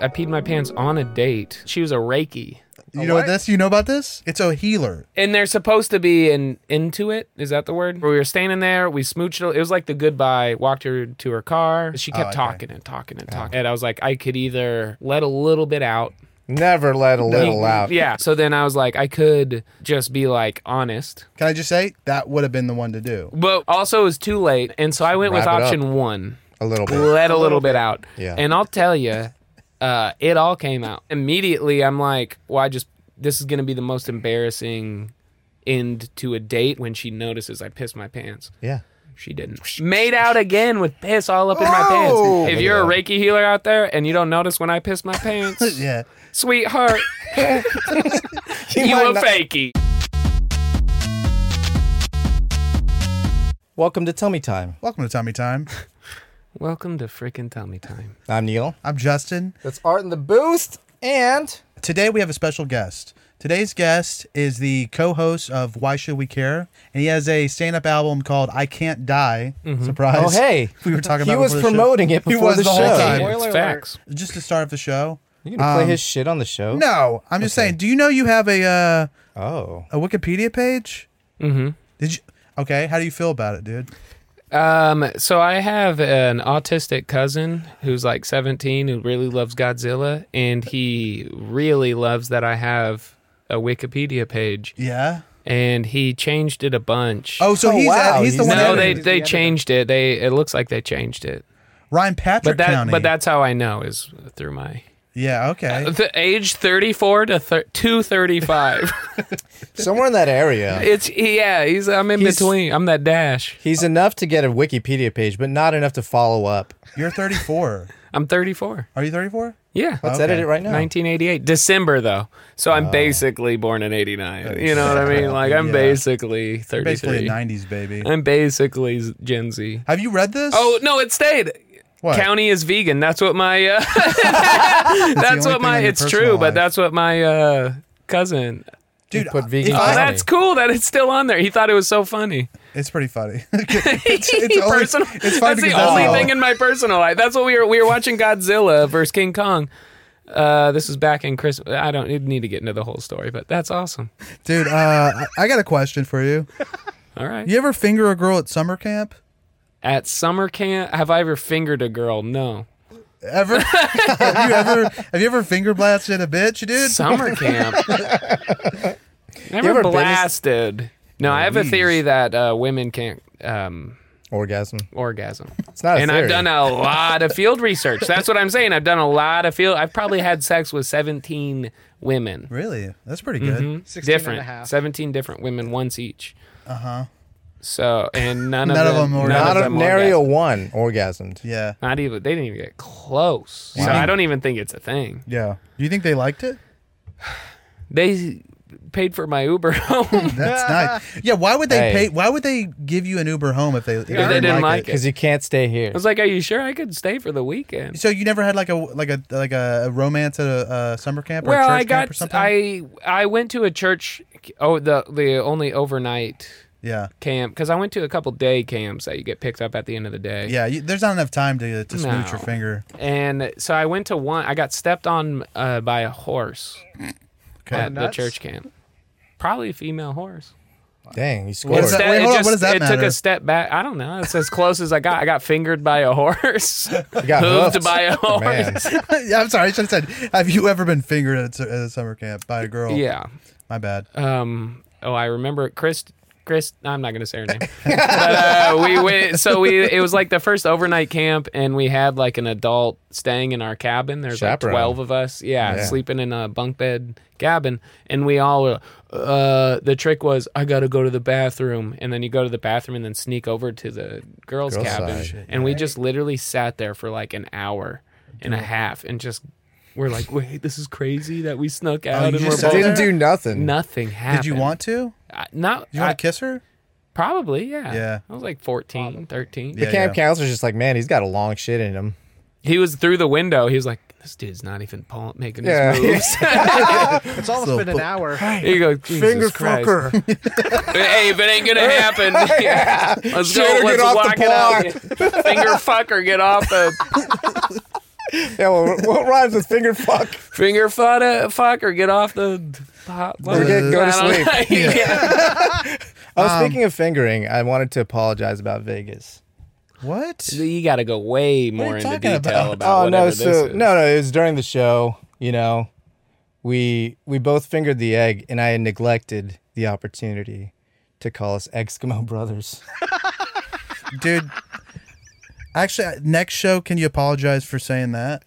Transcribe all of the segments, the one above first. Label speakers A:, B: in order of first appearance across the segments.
A: I peed my pants on a date. She was a Reiki.
B: You know what? this? You know about this? It's a healer.
A: And they're supposed to be in into it. Is that the word? Where we were standing there, we smooched. It was like the goodbye. Walked her to her car.
C: Oh,
A: She kept
B: okay.
A: talking and talking and talking. And I was like, I could either let a little bit out.
C: Never let a little out.
A: Yeah. So then I was like, I could just be like honest,
B: Can I just say that would have been the one to do?
A: but also it was too late. And so I went with
C: Wrap it up.
A: option one.
C: A little bit.
A: let a little bit out.
C: Yeah.
A: And I'll tell you, uh, it all came out immediately. I'm like, well, I just this is gonna be the most embarrassing end to a date when she notices I pissed my pants.
C: Yeah.
A: She didn't. Made out again with piss all up in my
B: Oh!
A: pants. If you're a Reiki healer out there and you don't notice when I piss my pants,
B: Yeah.
A: sweetheart, you
C: might
A: a
C: not-
A: fakey.
C: Welcome to Tummy Time.
B: Welcome to Tommy Time.
A: Welcome to frickin' tummy time.
C: I'm Neil.
B: I'm Justin.
C: That's Art in the Boost. And
B: Today we have a special guest. Today's guest is the co-host of Why Should We Care, and he has a stand-up album called I Can't Die. Surprise!
C: Oh, hey.
B: we were talking
C: He
B: about.
C: was
B: before the show.
C: promoting it
B: He
C: before
B: was
C: the
B: whole
C: show.
B: time.
A: It's facts.
B: Just to start off the show.
C: you gonna play
B: Um,
C: his shit on the show?
B: No, I'm just saying. Do you know you have a uh,
C: Oh.
B: a Wikipedia page?
A: Mm-hmm.
B: Did you? Okay, how do you feel about it, dude?
A: Um, so I have an autistic cousin who's like 17 who really loves Godzilla, and he really loves that I have a Wikipedia page,
B: Yeah.
A: and he changed it a bunch.
B: Oh, so
C: Oh,
B: he's
C: wow,
B: uh, he's the
C: he's-
B: one.
A: no,
B: that-
A: they
C: He's the
A: they
C: editor.
A: changed it. They it looks like they changed it,
B: Ryan Patrick
A: but that
B: County.
A: but that's how I know is through my
B: yeah. Okay.
A: the age 34 to thir- 235.
C: Somewhere in that area.
A: it's yeah, he's I'm in
C: He's-
A: between. I'm that dash.
C: He's enough to get a Wikipedia page, but not enough to follow up.
B: You're 34.
A: I'm 34.
B: Are you 34?
A: Yeah.
C: Let's
B: Okay.
C: edit it right now.
A: 1988 December though, so I'm basically born in '89. You know what I mean? Like I'm
B: Ah. Yeah.
A: basically
B: Basically a
A: 33.
B: 90s baby.
A: I'm basically z- Gen Z.
B: Have you read this?
A: Uh, Oh no, it stayed.
B: What?
A: County is vegan. That's what my. Uh, that's
B: only
A: what
B: thing
A: my.
B: in your
A: It's
B: personal
A: true,
B: life.
A: but that's what my uh, cousin.
B: dude,
C: put
B: I-
C: vegan
B: if
A: Oh,
C: Funny.
B: I,
A: that's cool that it's still on there. He thought it was so funny.
B: it's pretty funny. it's, it's only,
A: Personal-
B: it's funny
A: that's the
B: because
A: only
B: all-
A: thing in my personal life. That's what we were. We were watching Godzilla versus King Kong. Uh, this is back in Chris. I don't need to get into the whole story, but that's awesome.
B: dude. Uh, I I got a question for you.
A: All right.
B: You ever finger a girl at summer camp?
A: At summer camp, have I ever fingered a girl? No.
B: Ever? have you ever? Have you ever finger blasted a bitch, dude?
A: Summer camp. Never
C: ever been to-
A: blasted. No, I have a
B: Jeez.
A: theory that uh, women can't um,
C: Orgasm.
A: orgasm.
C: It's not a
A: and
C: theory.
A: I've done a lot of field research. That's what I'm saying. I've done a lot of field. I've probably had sex with 17 women.
B: Really? That's pretty good.
C: Mm-hmm.
D: 16
A: Different.
D: and a half.
A: 17 different women once each. Uh huh. So, and none of
B: Uh-huh. None of
A: them, none
B: them
C: Not
A: of
C: a
A: them
C: nary a
A: orgasmed.
C: one orgasmed.
B: Yeah.
A: Not even, they didn't even get close. So
B: think-
A: I don't even think it's a thing.
B: Yeah. Do you think they liked it?
A: they paid for my Uber home.
B: That's nice. Yeah. Why would they
C: Hey.
B: pay? Why would they give you an Uber home if they if
A: they didn't like
C: Because you can't stay here.
A: I was like, "Are you sure I could stay for the weekend?"
B: So you never had like a like a like a romance at a, uh summer camp or a
A: well,
B: church
A: I
B: camp or
A: got
B: something?
A: I I went to a church. Oh, the the only overnight
B: yeah,
A: camp because I went to a couple day camps that you get picked up at the end of the day.
B: yeah. You, there's not enough time to to smooch your
A: No.
B: finger.
A: And so I went to one. I got stepped on uh, by a horse at the
D: nuts?
A: church camp. Probably a female horse.
C: Dang, you
B: What
C: scored.
B: does that- wait,
A: it
B: hold on, what does that
A: it took
B: matter?
A: a step back. I don't know. It's as close as I got. I got fingered by a horse.
C: You got
A: Hooved
C: hoofed.
A: by a horse.
C: Man.
B: yeah, I'm sorry. I should have said, have you ever been fingered at a, at a summer camp by a girl?
A: Yeah.
B: my bad.
A: um oh i remember chris chris i'm not gonna say her name but uh, we went so we it was like the first overnight camp and we had like an adult staying in our cabin there's like
C: Chaperone.
A: 12 of us yeah,
C: Yeah.
A: sleeping in a bunk bed cabin and we all were, uh the trick was i gotta go to the bathroom and then you go to the bathroom and then sneak over to the girls,
C: Girls'
A: cabin
C: side.
A: and we just literally sat there for like an hour and a half and just we're like wait this is crazy that we snuck out
B: Oh, you
A: and
B: just
A: we're
B: sat
A: both
B: there?
C: Didn't do nothing.
A: Nothing happened.
B: Did you want to?
A: I, not
B: Did you want
A: I-
B: to kiss her?
A: probably, yeah.
B: Yeah.
A: I was like 14, 13.
B: Yeah,
C: Camp
B: yeah.
C: counselor's just like, man, he's got a long shit in him.
A: He was through the window. He was like, "This dude's not even pulling, making
C: Yeah.
A: his moves."
D: It's almost
B: So,
D: been an
B: but-
D: hour.
A: he goes, "Finger fucker." hey, if it ain't gonna happen, let's go.
C: Shooter, get
A: Let's
C: off the
A: walk it out. Finger fucker, get off the.
C: Yeah, well, what rhymes with finger fuck?
A: Finger fada, fuck, or get off the. Pop,
C: Or get- go to
A: I don't know. yeah.
C: Oh, speaking of fingering, I wanted to apologize about Vegas.
B: What?
A: You got to go way more
B: you
A: into
B: talking
A: detail about,
B: about?
C: oh no,
A: whatever this
C: so
A: is.
C: no, no, it was during the show. You know, we we both fingered the egg, and I had neglected the opportunity to call us Eskimo brothers.
B: Dude. Actually, uh, next show, can you apologize for saying that?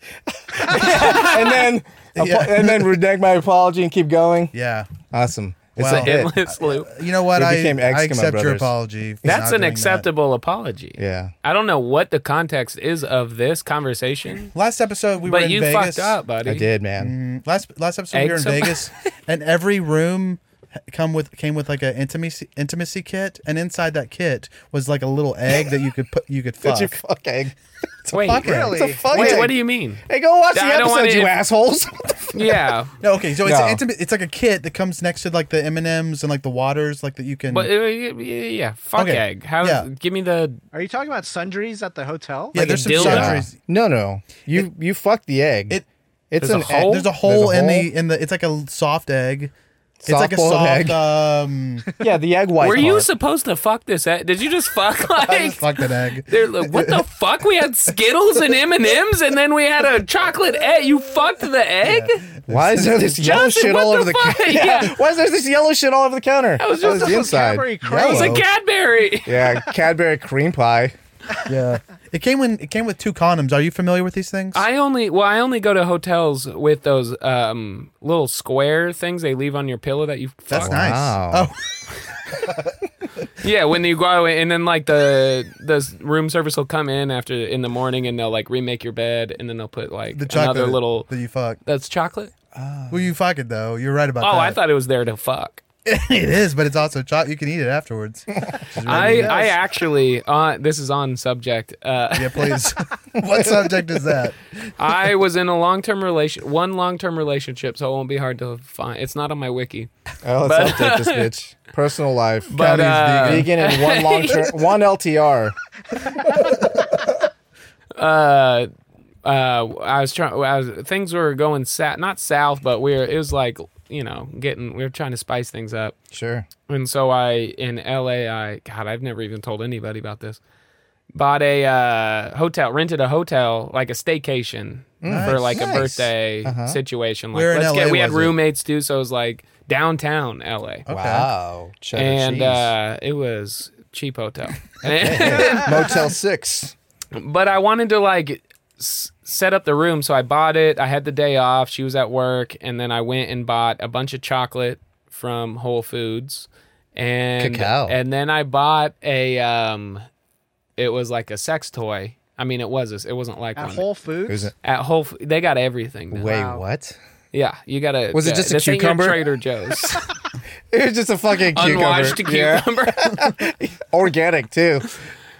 C: and then apo-
B: Yeah.
C: and then renege my apology and keep going.
B: Yeah.
C: Awesome. It's
B: Wow.
C: a hit.
A: Endless loop.
B: You know what?
C: We
B: I,
C: became
B: I
C: Eskimo
B: accept your
C: brothers.
B: apology. for
A: That's
B: not
A: an
B: doing that.
A: acceptable apology.
C: Yeah.
A: I don't know what the context is of this conversation,
B: Last episode, we were
A: but
B: in
A: you
B: Vegas.
A: fucked up, buddy.
C: I did, man.
B: Mm, Last last episode, we were in
A: Eggs of-
B: Vegas, and every room h- come with came with like an intimacy intimacy kit, and inside that kit was like a little egg that you could put you could fuck.
C: Did you fuck egg?
A: Wait,
B: fuck egg.
C: It's a fuck
A: wait,
C: egg.
A: what do you mean?
C: Hey, go watch the
A: I don't
C: episode,
A: wanna-
C: you assholes.
A: Yeah,
B: No, okay, so it's
C: No.
B: an intimate. It's like a kit that comes next to like the M and M's and like the waters, like that you can.
A: but uh, yeah, fuck
B: Okay.
A: egg. How?
B: Yeah.
A: Give me the
D: Are you talking about sundries at the hotel?
B: yeah,
A: like
B: there's
A: a
B: some
A: dildo.
C: Nah.
B: sundries.
C: No, no. You you fucked the egg.
B: It-
C: it's
A: There's
C: an
A: a hole?
C: Egg.
B: There's a hole in
C: hole?
B: the in the. It's like a soft egg. it's like a
C: Soft-boiled
B: soft
C: egg.
B: um.
C: Yeah, the egg white.
A: Were you
C: part.
A: supposed to fuck this? Egg? Did you just fuck
B: I
A: like?
B: just fucked an egg.
A: They're like, what the fuck? We had Skittles and M and M's, and then we had a chocolate egg. You fucked the egg.
C: Why is there this yellow
A: Justin,
C: shit
A: what
C: all
A: the
C: over the
A: fuck?
C: counter?
A: Yeah.
C: Why is there this yellow shit all over the counter? That
A: was
C: oh,
A: just
C: it's
A: a
C: the inside.
D: Cadbury cream.
A: It's a
C: Yellow.
A: Cadbury.
C: yeah, Cadbury cream pie.
B: Yeah, it came when it came with two condoms. Are you familiar with these things?
A: I only well, I only go to hotels with those um, little square things they leave on your pillow that you
B: That's
A: fuck.
B: nice.
C: Wow.
B: Oh,
A: Yeah, when you go out and then like the the room service will come in after in the morning and they'll like remake your bed and then they'll put like
B: the chocolate
A: another little
B: that you fuck.
A: that's chocolate.
B: Well, you fuck it though. You're right about
A: Oh,
B: that.
A: I thought it was there to fuck.
B: it is, but it's also chocolate. You can eat it afterwards.
A: I I actually uh, this is on subject. Uh,
B: yeah, please. what subject is that?
A: I was in a long term relation one long term relationship, so it won't be hard to find. It's not on my wiki.
C: Oh, let's update this bitch. Personal life.
A: But, uh,
C: vegan and one long term, one LTR.
A: uh, uh, I was trying. I was, things were going south, not south, but we were. It was like you know, getting. We were trying to spice things up,
C: Sure.
A: and so I in L.A. I God, I've never even told anybody about this. Bought a uh, hotel, rented a hotel, like a staycation for like a
C: Nice.
A: birthday situation. Like
B: Uh-huh. Where in
A: let's
B: LA
A: get. We had
B: was it? Oh,
A: roommates too, so it was like downtown L.A.
C: Wow. Cheddar
A: and
C: cheese.
A: uh, it was cheap hotel.
C: Motel Six.
A: but I wanted to like s- set up the room, so I bought it. I had the day off. She was at work, and then I went and bought a bunch of chocolate from Whole Foods, and
C: Cacao.
A: and then I bought a um, it was like a sex toy. I mean, it was a, it wasn't like
D: At
A: one.
D: Whole Foods?
C: Who's it?
A: At Whole F- they got everything. now.
C: Wait, what?
A: Yeah, you gotta.
C: Was it
A: yeah,
C: just a
A: this ain't your
C: cucumber?
A: Trader Joe's,
C: It was just a fucking cucumber.
A: unwashed
C: Yeah.
A: cucumber.
C: Organic too.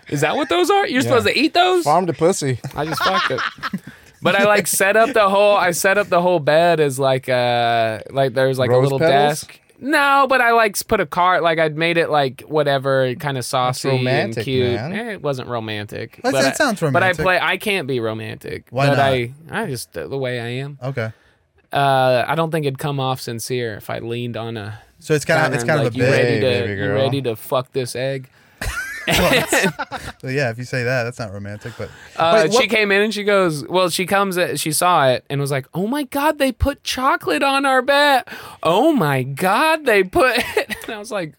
A: Is that what those are? You're supposed to eat those?
C: Farm to pussy.
A: I just fucked it. But I like set up the whole. I set up the whole bed as like uh like there's like a
C: Rose
A: little
C: petals?
A: desk. No, but I like put a cart. Like I'd made it like whatever kind of saucy
C: romantic,
A: and cute.
C: man.
A: Eh, it wasn't romantic.
B: That-
A: but
B: that
A: I-
B: sounds romantic.
A: But I play. I can't be romantic.
B: Why
A: but
B: not?
A: I I just the way I am.
B: Okay.
A: Uh, I don't think it'd come off sincere if I leaned on a.
B: So it's kind of it's kind
A: like,
B: of a
A: you
B: bit.
A: ready
C: Hey,
A: to
C: baby
A: you
C: girl.
A: ready to fuck this egg.
B: Well, yeah, if you say that, that's not romantic. But
A: Uh,
B: Wait,
A: she came in and she goes, well, she comes, uh, she saw it and was like, oh my god, they put chocolate on our bed. Oh my god, they put. and I was like,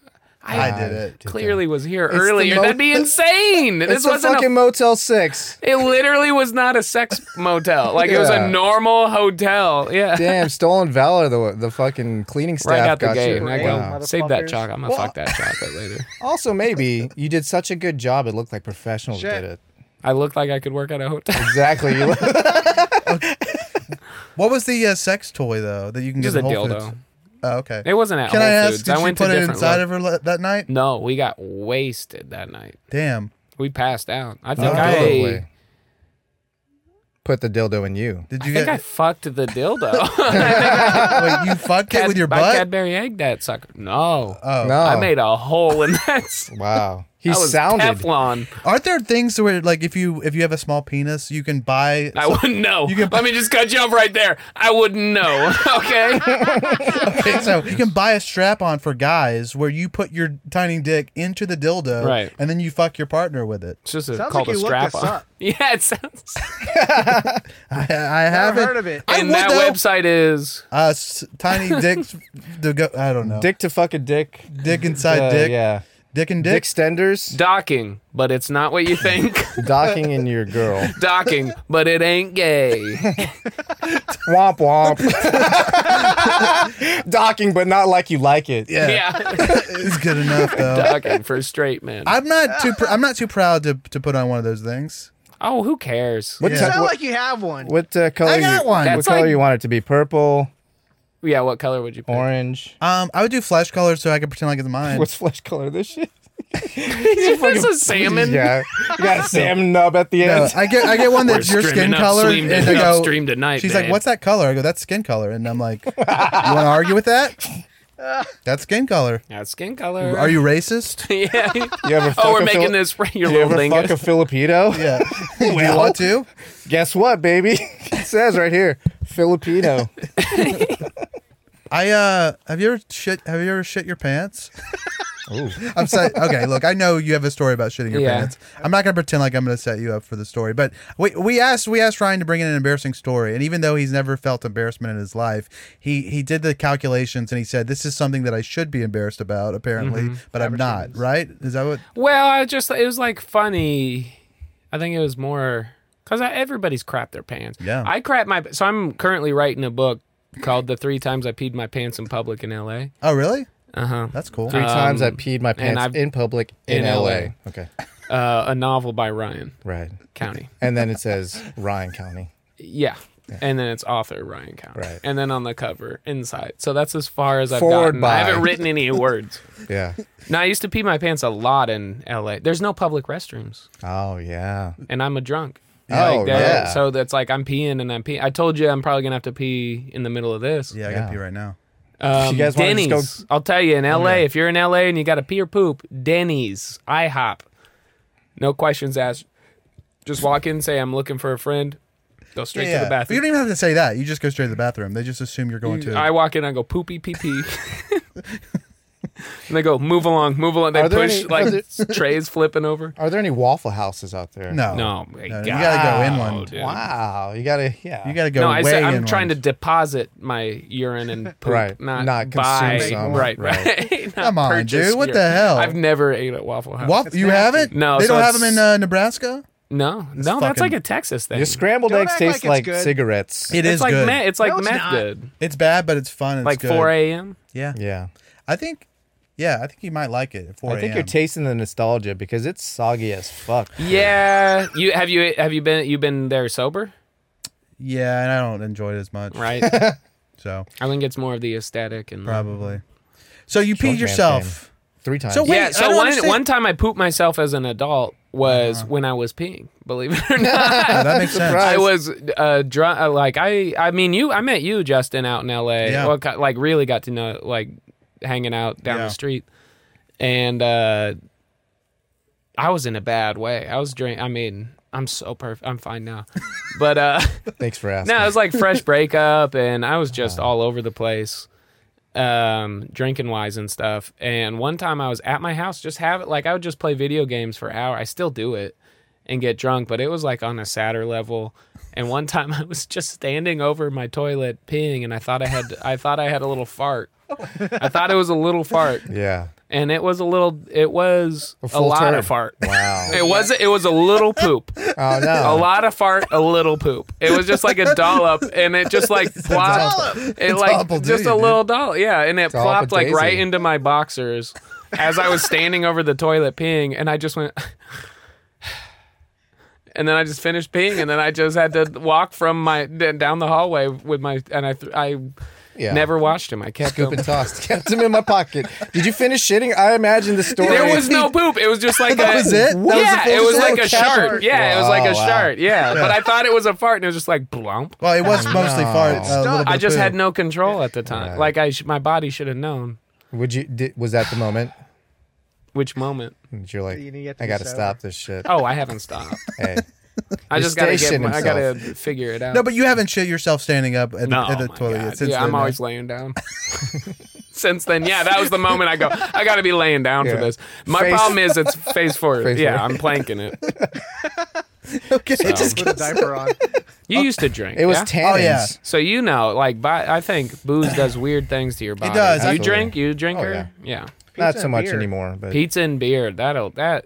A: I,
B: I did it.
A: clearly was here
C: the
A: earlier.
C: mo-
A: That'd be insane.
C: It's
A: this
C: a
A: wasn't.
C: fucking
A: A,
C: Motel Six.
A: it literally was not a sex motel. Like it was
C: Yeah.
A: a normal hotel. Yeah.
C: Damn, stolen valor. The the fucking cleaning staff
A: Right out the
C: got
A: gate,
C: you.
A: and I go,
D: Wow.
A: save that
D: Motherfuckers.
A: chocolate. I'm gonna fuck that chocolate later.
C: Also, maybe you did such a good job. It looked like professionals
D: Shit.
C: did it.
A: I looked like I could work at a hotel.
C: Exactly. You
B: what was the uh, sex toy though that you can
A: Just
B: get
A: a
B: at Whole
A: dildo.
B: Foods? Oh, okay.
A: It wasn't at
B: can
A: Whole
B: I ask?
A: Foods.
B: Did
A: I
B: you
A: went
B: put
A: to
B: it
A: different.
B: inside
A: lo-
B: of her le- that night?
A: no, we got wasted that night.
B: Damn.
A: We passed out. I
C: Oh,
A: think I.
C: dildo put the dildo in you.
B: Did
A: I
B: you
A: think I
B: get?
A: fucked the dildo.
B: wait, you fucked it with your
A: I
B: butt?
A: Cadbury egg that sucker. No.
B: Oh.
C: No,
A: I made a hole in that.
C: Wow. He
A: I was
C: sounded.
A: Teflon.
B: Aren't there things where like if you if you have a small penis, you can buy
A: I wouldn't know.
B: You can-
A: Let me just cut you off right there. I wouldn't know. Okay.
B: Okay, so you can buy a strap on for guys where you put your tiny dick into the dildo,
A: Right.
B: and then you fuck your partner with it.
A: It's just a,
D: Sounds
A: called
D: like
A: a
D: you looked
A: strap
D: this
A: on.
D: up.
A: Yeah, it sounds.
B: I, I haven't
D: heard of it.
B: I
A: and
B: would
A: that
B: though.
A: website is
B: Uh, s- tiny dicks. to go, I don't know. Dick,
C: Dick to fuck a dick.
B: inside
C: Uh,
B: dick.
C: Yeah.
B: Dick and dick.
C: Dick stenders.
A: docking, but it's not what you think.
C: Docking in your girl.
A: docking, but it ain't gay.
C: Womp womp. Docking, but not like you like it.
B: Yeah,
A: Yeah.
B: it's good enough though.
A: docking for straight men.
B: I'm not too. Pr- I'm not too proud to to put on one of those things.
A: oh, who cares?
C: What,
B: Yeah.
C: yeah.
D: It's not
C: what,
D: like you have one.
C: what uh, color?
B: I got
C: you,
B: one.
C: What
A: That's
C: color
A: like-
C: you want it to be? Purple,
A: Yeah, what color would you pick?
C: orange.
B: Um, I would do flesh color so I could pretend like it's mine.
C: What's flesh color? This shit.
A: It's a salmon.
C: Yeah, you got a salmon nub at the
B: No,
C: end.
B: I get I get one that's
A: We're
B: your skin
A: streaming up,
B: color,
A: streamed
B: and I
A: up,
B: go.
A: streamed at night,
B: She's like,
A: babe.
B: "What's that color?" I go, "That's skin color," and I'm like, "You want to argue with that? That's skin color.
A: That's skin color.
B: Are you racist?"
A: yeah.
C: You ever fuck
A: Oh, we're
C: a
A: making
C: Fili-
A: this your
C: You
A: little
C: ever fuck a
A: lingo.
C: Filipino?
B: Yeah. do you
C: Well.
B: want to?
C: Guess what, baby? it says right here, Filipino.
B: I uh, have you ever shit? Have you ever shit your pants?
C: Ooh.
B: I'm sorry. Okay, look, I know you have a story about shitting your
A: Yeah.
B: pants. I'm not gonna pretend like I'm gonna set you up for the story, but we we asked we asked Ryan to bring in an embarrassing story, and even though he's never felt embarrassment in his life, he he did the calculations and he said this is something that I should be embarrassed about apparently,
A: Mm-hmm.
B: but I'm not. Right? Is that what?
A: Well, I just it was like funny. I think it was more because everybody's crap their pants.
B: Yeah.
A: I crap my. So I'm currently writing a book called "The Three Times I Peed My Pants in Public in L.A."
B: Oh, really?
A: Uh huh.
B: That's cool.
C: Three times I peed my
A: I've-
C: pants in public
A: in
C: in, LA.
A: LA.
C: Okay,
A: Uh, a novel by Ryan
C: right.
A: County.
C: And then it says Ryan County.
A: Yeah. And then it's author Ryan County.
C: Right.
A: And then on the cover, inside. So that's as far as I've
C: Forward
A: gotten.
C: by.
A: I haven't written any words.
C: Yeah.
A: Now I used to pee my pants a lot in L.A. There's no public restrooms,
C: Oh yeah.
A: and I'm a drunk.
C: Oh,
A: that-
C: yeah.
A: So that's like I'm peeing and I'm peeing. I told you I'm probably gonna have to pee in the middle of this.
B: Yeah, I
C: Yeah.
B: gotta pee right now.
A: Um,
C: You guys wanna just
A: Denny's.
C: go-
A: I'll tell you in LA, if you're in LA and you got to pee or poop, Denny's, IHOP, no questions asked. Just walk in, say I'm looking for a friend. Go straight to the
B: But you
A: bathroom. Mm,
B: don't even have to say that. You just go straight to the bathroom. They just assume you're going to.
A: I walk in, I go poopy pee pee. and they go move along, move along. They
C: Are there
A: push
C: any-
A: like
C: are
A: trays flipping over.
C: Are there any Waffle Houses out there?
B: no,
A: No, my
B: Oh, no,
A: God,
B: you gotta go in one.
A: dude.
C: Wow. You gotta. Yeah.
B: You gotta go.
A: no, I
B: way
A: said I'm
B: in
A: trying
B: one.
A: to deposit my urine and poop,
C: Right,
A: not
C: not consume
A: buy.
C: some.
A: Right,
C: Right.
A: right. Not
B: Come on, dude,
A: purchase
B: what the
A: urine.
B: hell?
A: I've never ate at Waffle House.
B: Waffle, you
D: nasty.
B: haven't?
A: No,
B: they
A: so
B: don't have them
A: it's-
B: in uh, Nebraska.
A: No, no, that's
B: fucking-
A: like a Texas thing.
C: Your scrambled
D: Don't
C: eggs
D: act
C: taste
D: like
C: like,
D: it's good.
C: cigarettes.
B: It
A: it's
B: is
A: like
B: good.
A: meth. It's like
D: No, it's
A: meth
D: not.
A: good.
B: It's bad, but it's fun. It's
A: Like
B: good.
A: 4 a.m.
B: Yeah,
C: yeah.
B: I think. Yeah, I think you might like it. At 4
C: I think
B: a.m..
C: you're tasting the nostalgia because it's soggy as fuck.
A: Yeah, you have you have you been you been there sober?
B: yeah, and I don't enjoy it as much.
A: Right.
B: So
A: I think it's more of the aesthetic and the-
B: probably.
C: Mm-hmm.
B: So you peed
C: Drunk man
B: yourself.
C: Three times.
B: So
A: yeah.
B: wait- I don't
A: So one
B: understand. Uh-huh.
A: one time I pooped myself as an adult was when I was peeing. Believe it or not.
B: Yeah, that makes sense.
C: Surprise.
A: I was uh, drunk. Uh, like I, I mean, you. I met you, Justin, out in L.A.
B: Yeah.
A: Well, ki- like really got to know, like hanging out down
B: Yeah.
A: the street, and uh, I was in a bad way. I was drink. I mean, I'm so perfect. I'm fine now, but uh,
C: Thanks for asking.
A: no, it was like fresh breakup, and I was just all over the place, um, drinking wise and stuff. And one time I was at my house, just have it like I would just play video games for an hour. I still do it and get drunk, but it was like on a sadder level. And one time I was just standing over my toilet peeing, and I thought I had I thought I had a little fart. I thought it was a little fart,
C: yeah.
A: and it was a little. It was a,
C: full
A: lot
C: turd.
A: of fart.
C: Wow.
A: It was it was a little poop.
C: oh
A: A
B: Uh.
C: no.
A: lot of fart, a little poop. It was just like a dollop, and it just like plopped.
B: dollop.
A: It
B: It's
A: like
B: awful,
A: just
B: dude.
A: a little dollop, yeah. And it
C: all
A: plopped like
C: daisy.
A: right into my boxers as I was standing over the toilet peeing, and I just went. And then I just finished peeing, and then I just had to walk from my d- down the hallway with my and I th- I
C: Yeah.
A: never washed him. I kept
C: Scoop
A: him.
C: and tossed. Kept him in my pocket. Did you finish shitting? I imagine the story.
A: There was no poop. It was just like
B: That
A: a,
B: was it? That was the
A: yeah,
B: full
A: it was
B: shit?
A: like a
C: Capper.
A: shard. Yeah, it was like a
C: Wow, wow.
A: shard. Yeah, but I thought it was a fart, and it was just like blump.
B: Well, it was mostly
C: no.
B: fart.
C: It's
B: a little bit
A: I
B: of
A: just
B: poo.
A: had no control at the time. Like I, sh- my body should have known.
C: Would you? Did, was that the moment?
A: Which moment?
C: And you're like,
D: You need to get to
C: I
D: be
C: gotta
D: sober.
C: stop this shit.
A: Oh, I haven't stopped.
C: Hey,
A: I
C: He
A: just gotta get.
C: stationed
A: I gotta
C: himself.
A: figure it out.
B: No, but you haven't shit yourself standing up at,
A: No, oh
B: at the
A: my
B: toilet
A: God.
B: yet. Since
A: yeah, I'm
B: then,
A: always laying down. Since then, yeah, that was the moment I go. I got to be laying down for
C: Yeah.
A: this. My
C: Face-
A: problem is it's face forward.
C: Face
A: yeah,
C: forward.
A: I'm planking it.
B: Okay, it just
D: Put a diaper on.
A: You used to drink.
C: it was
A: yeah?
C: tannins.
B: Oh, yeah.
A: so you know, like, by, I think booze does weird things to your body.
B: does,
A: You
C: absolutely.
A: drink. You drink.
C: Oh,
A: yeah. yeah.
C: Not
D: Pizza
C: so
D: and
C: much
D: beer.
C: anymore, but
A: Pizza and beer. That'll that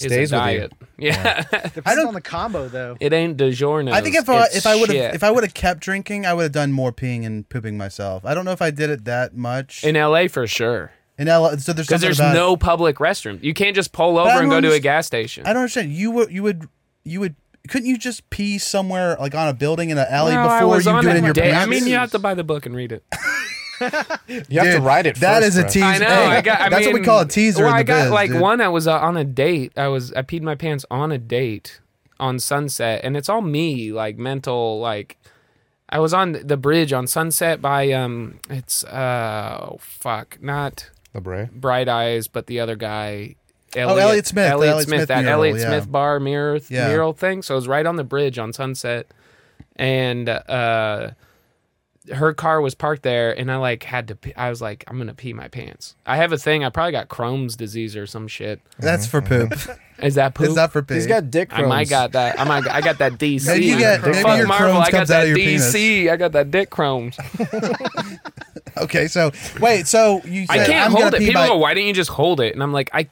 A: is a
C: Stays with you.
A: diet. Yeah.
D: Depends
B: I don't-
D: on the combo though.
A: it ain't DiGiorno.
B: I think if I if I would have if I would have kept drinking, I would have done more peeing and pooping myself. I don't know if I did it that much.
A: in LA for sure.
B: in L- so
A: Because
B: there's something
A: there's
B: about it.
A: no public restroom. You can't just pull over
B: I
A: and go
B: don't
A: to a
B: underst-
A: gas station.
B: I don't understand. You would you would you would couldn't you just pee somewhere like on a building in an alley
A: Well, I
B: before
A: was
B: you
A: on
B: do it
A: it
B: in your
A: day-
B: pants?
A: I mean, you have to buy the book and read it.
C: you have to
B: Dude,
C: ride it.
B: That
C: first,
B: is
C: bro.
B: a teaser.
A: I know.
B: Hey,
A: I got. I
B: that's what
A: mean,
B: we call a teaser.
A: Well,
B: in the
A: I got
B: biz,
A: like
B: dude.
A: one. I was uh, on a date. I was. I peed my pants on a date on Sunset, and it's all me, like mental, like. I was on the bridge on Sunset by um. It's uh. Oh, fuck, not
C: LeBray.
A: Bright Eyes, but the other guy.
B: Oh, Elliot Smith, the
A: Elliot,
B: Elliot
A: Smith.
B: Smith
A: That
B: mural,
A: Elliot
B: yeah.
A: Smith bar mirror th-
B: Yeah.
A: mural thing. So it was right on the bridge on Sunset, and uh, her car was parked there, and I like had to. Pee. I was like, I'm gonna pee my pants. I have a thing. I probably got Crohn's disease or some shit.
B: That's for poop.
A: Is that poop?
B: it's not for pee.
C: He's got dick.
A: I might
C: Crohn's.
A: got that. I might. I got that DC.
B: Maybe you got- maybe
A: Fuck
B: your
A: Marvel.
B: Crohn's
A: I got
B: comes out
A: that
B: of your
A: DC. I got that dick Crohn's.
B: okay. So wait. So you
A: I
B: said,
A: can't
B: am
A: hold
B: gonna
A: it.
B: pee
A: People
B: my-
A: go, why didn't you just hold it? And I'm like, I.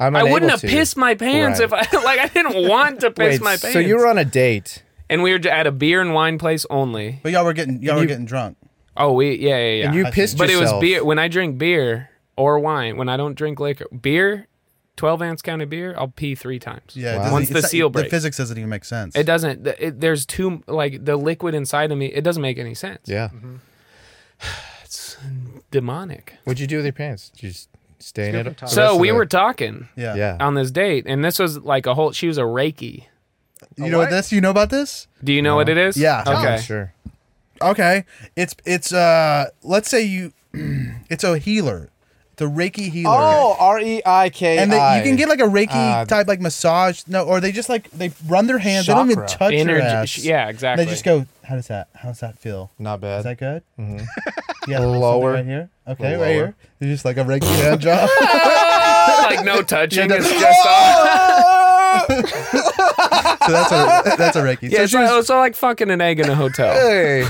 C: I'm
A: I wouldn't
C: unable
A: have
C: to.
A: pissed my pants
C: Right.
A: if I like I didn't want to piss
C: Wait,
A: my pants.
C: So you were on a date.
A: and we were j- at a beer and wine place only.
B: But y'all were getting y'all were getting drunk.
A: Oh, we yeah yeah yeah.
C: And you pissed
A: but it
C: yourself.
A: was beer. When I drink beer or wine, when I don't drink liquor, beer, twelve ounce county beer, I'll pee three times.
B: Yeah. it
C: Wow.
B: doesn't-
A: Once
B: it's
A: the
B: not-
A: seal
B: The
A: breaks.
B: physics doesn't even make sense.
A: It doesn't. th- It, there's too like the liquid inside of me. It doesn't make any sense.
C: Yeah.
B: Mm-hmm.
A: It's demonic.
C: What'd you do with your pants? Did you just stay in
D: Scoop
C: it?
D: and
C: the
D: toss.
C: rest
A: So
C: of
A: we
C: the-
A: were talking
B: yeah.
C: Yeah.
A: on this date, and this was like a whole. She was a reiki.
B: You know what?
D: what?
B: this? You know about this?
A: Do you know what it is?
B: Yeah.
C: Yeah,
A: Okay.
C: Sure.
B: Okay. It's it's uh let's say you it's a healer. It's a Reiki healer.
C: Oh, R E I K I.
B: And they, you can get like a Reiki
C: Uh,
B: type like massage. No, or they just like they run their hands. They don't even
C: Chakra.
B: touch your
A: Energy.
B: ass.
A: sh- Yeah.
B: And
A: Exactly.
B: they just go, how does that? How does that feel?
C: not
B: Is
C: bad.
B: that good? Mm-hmm. Yeah, something
C: Lower.
B: right here. Okay,
C: Little
B: right
C: lower.
B: here. It's just like a Reiki hand job.
A: like no touching.
B: Yeah,
A: it's just all.
B: so that's a that's a Reiki.
A: Yeah,
B: so
A: it's,
B: she
A: like,
C: oh,
B: was-
A: it's like fucking an egg in a hotel.
C: hey,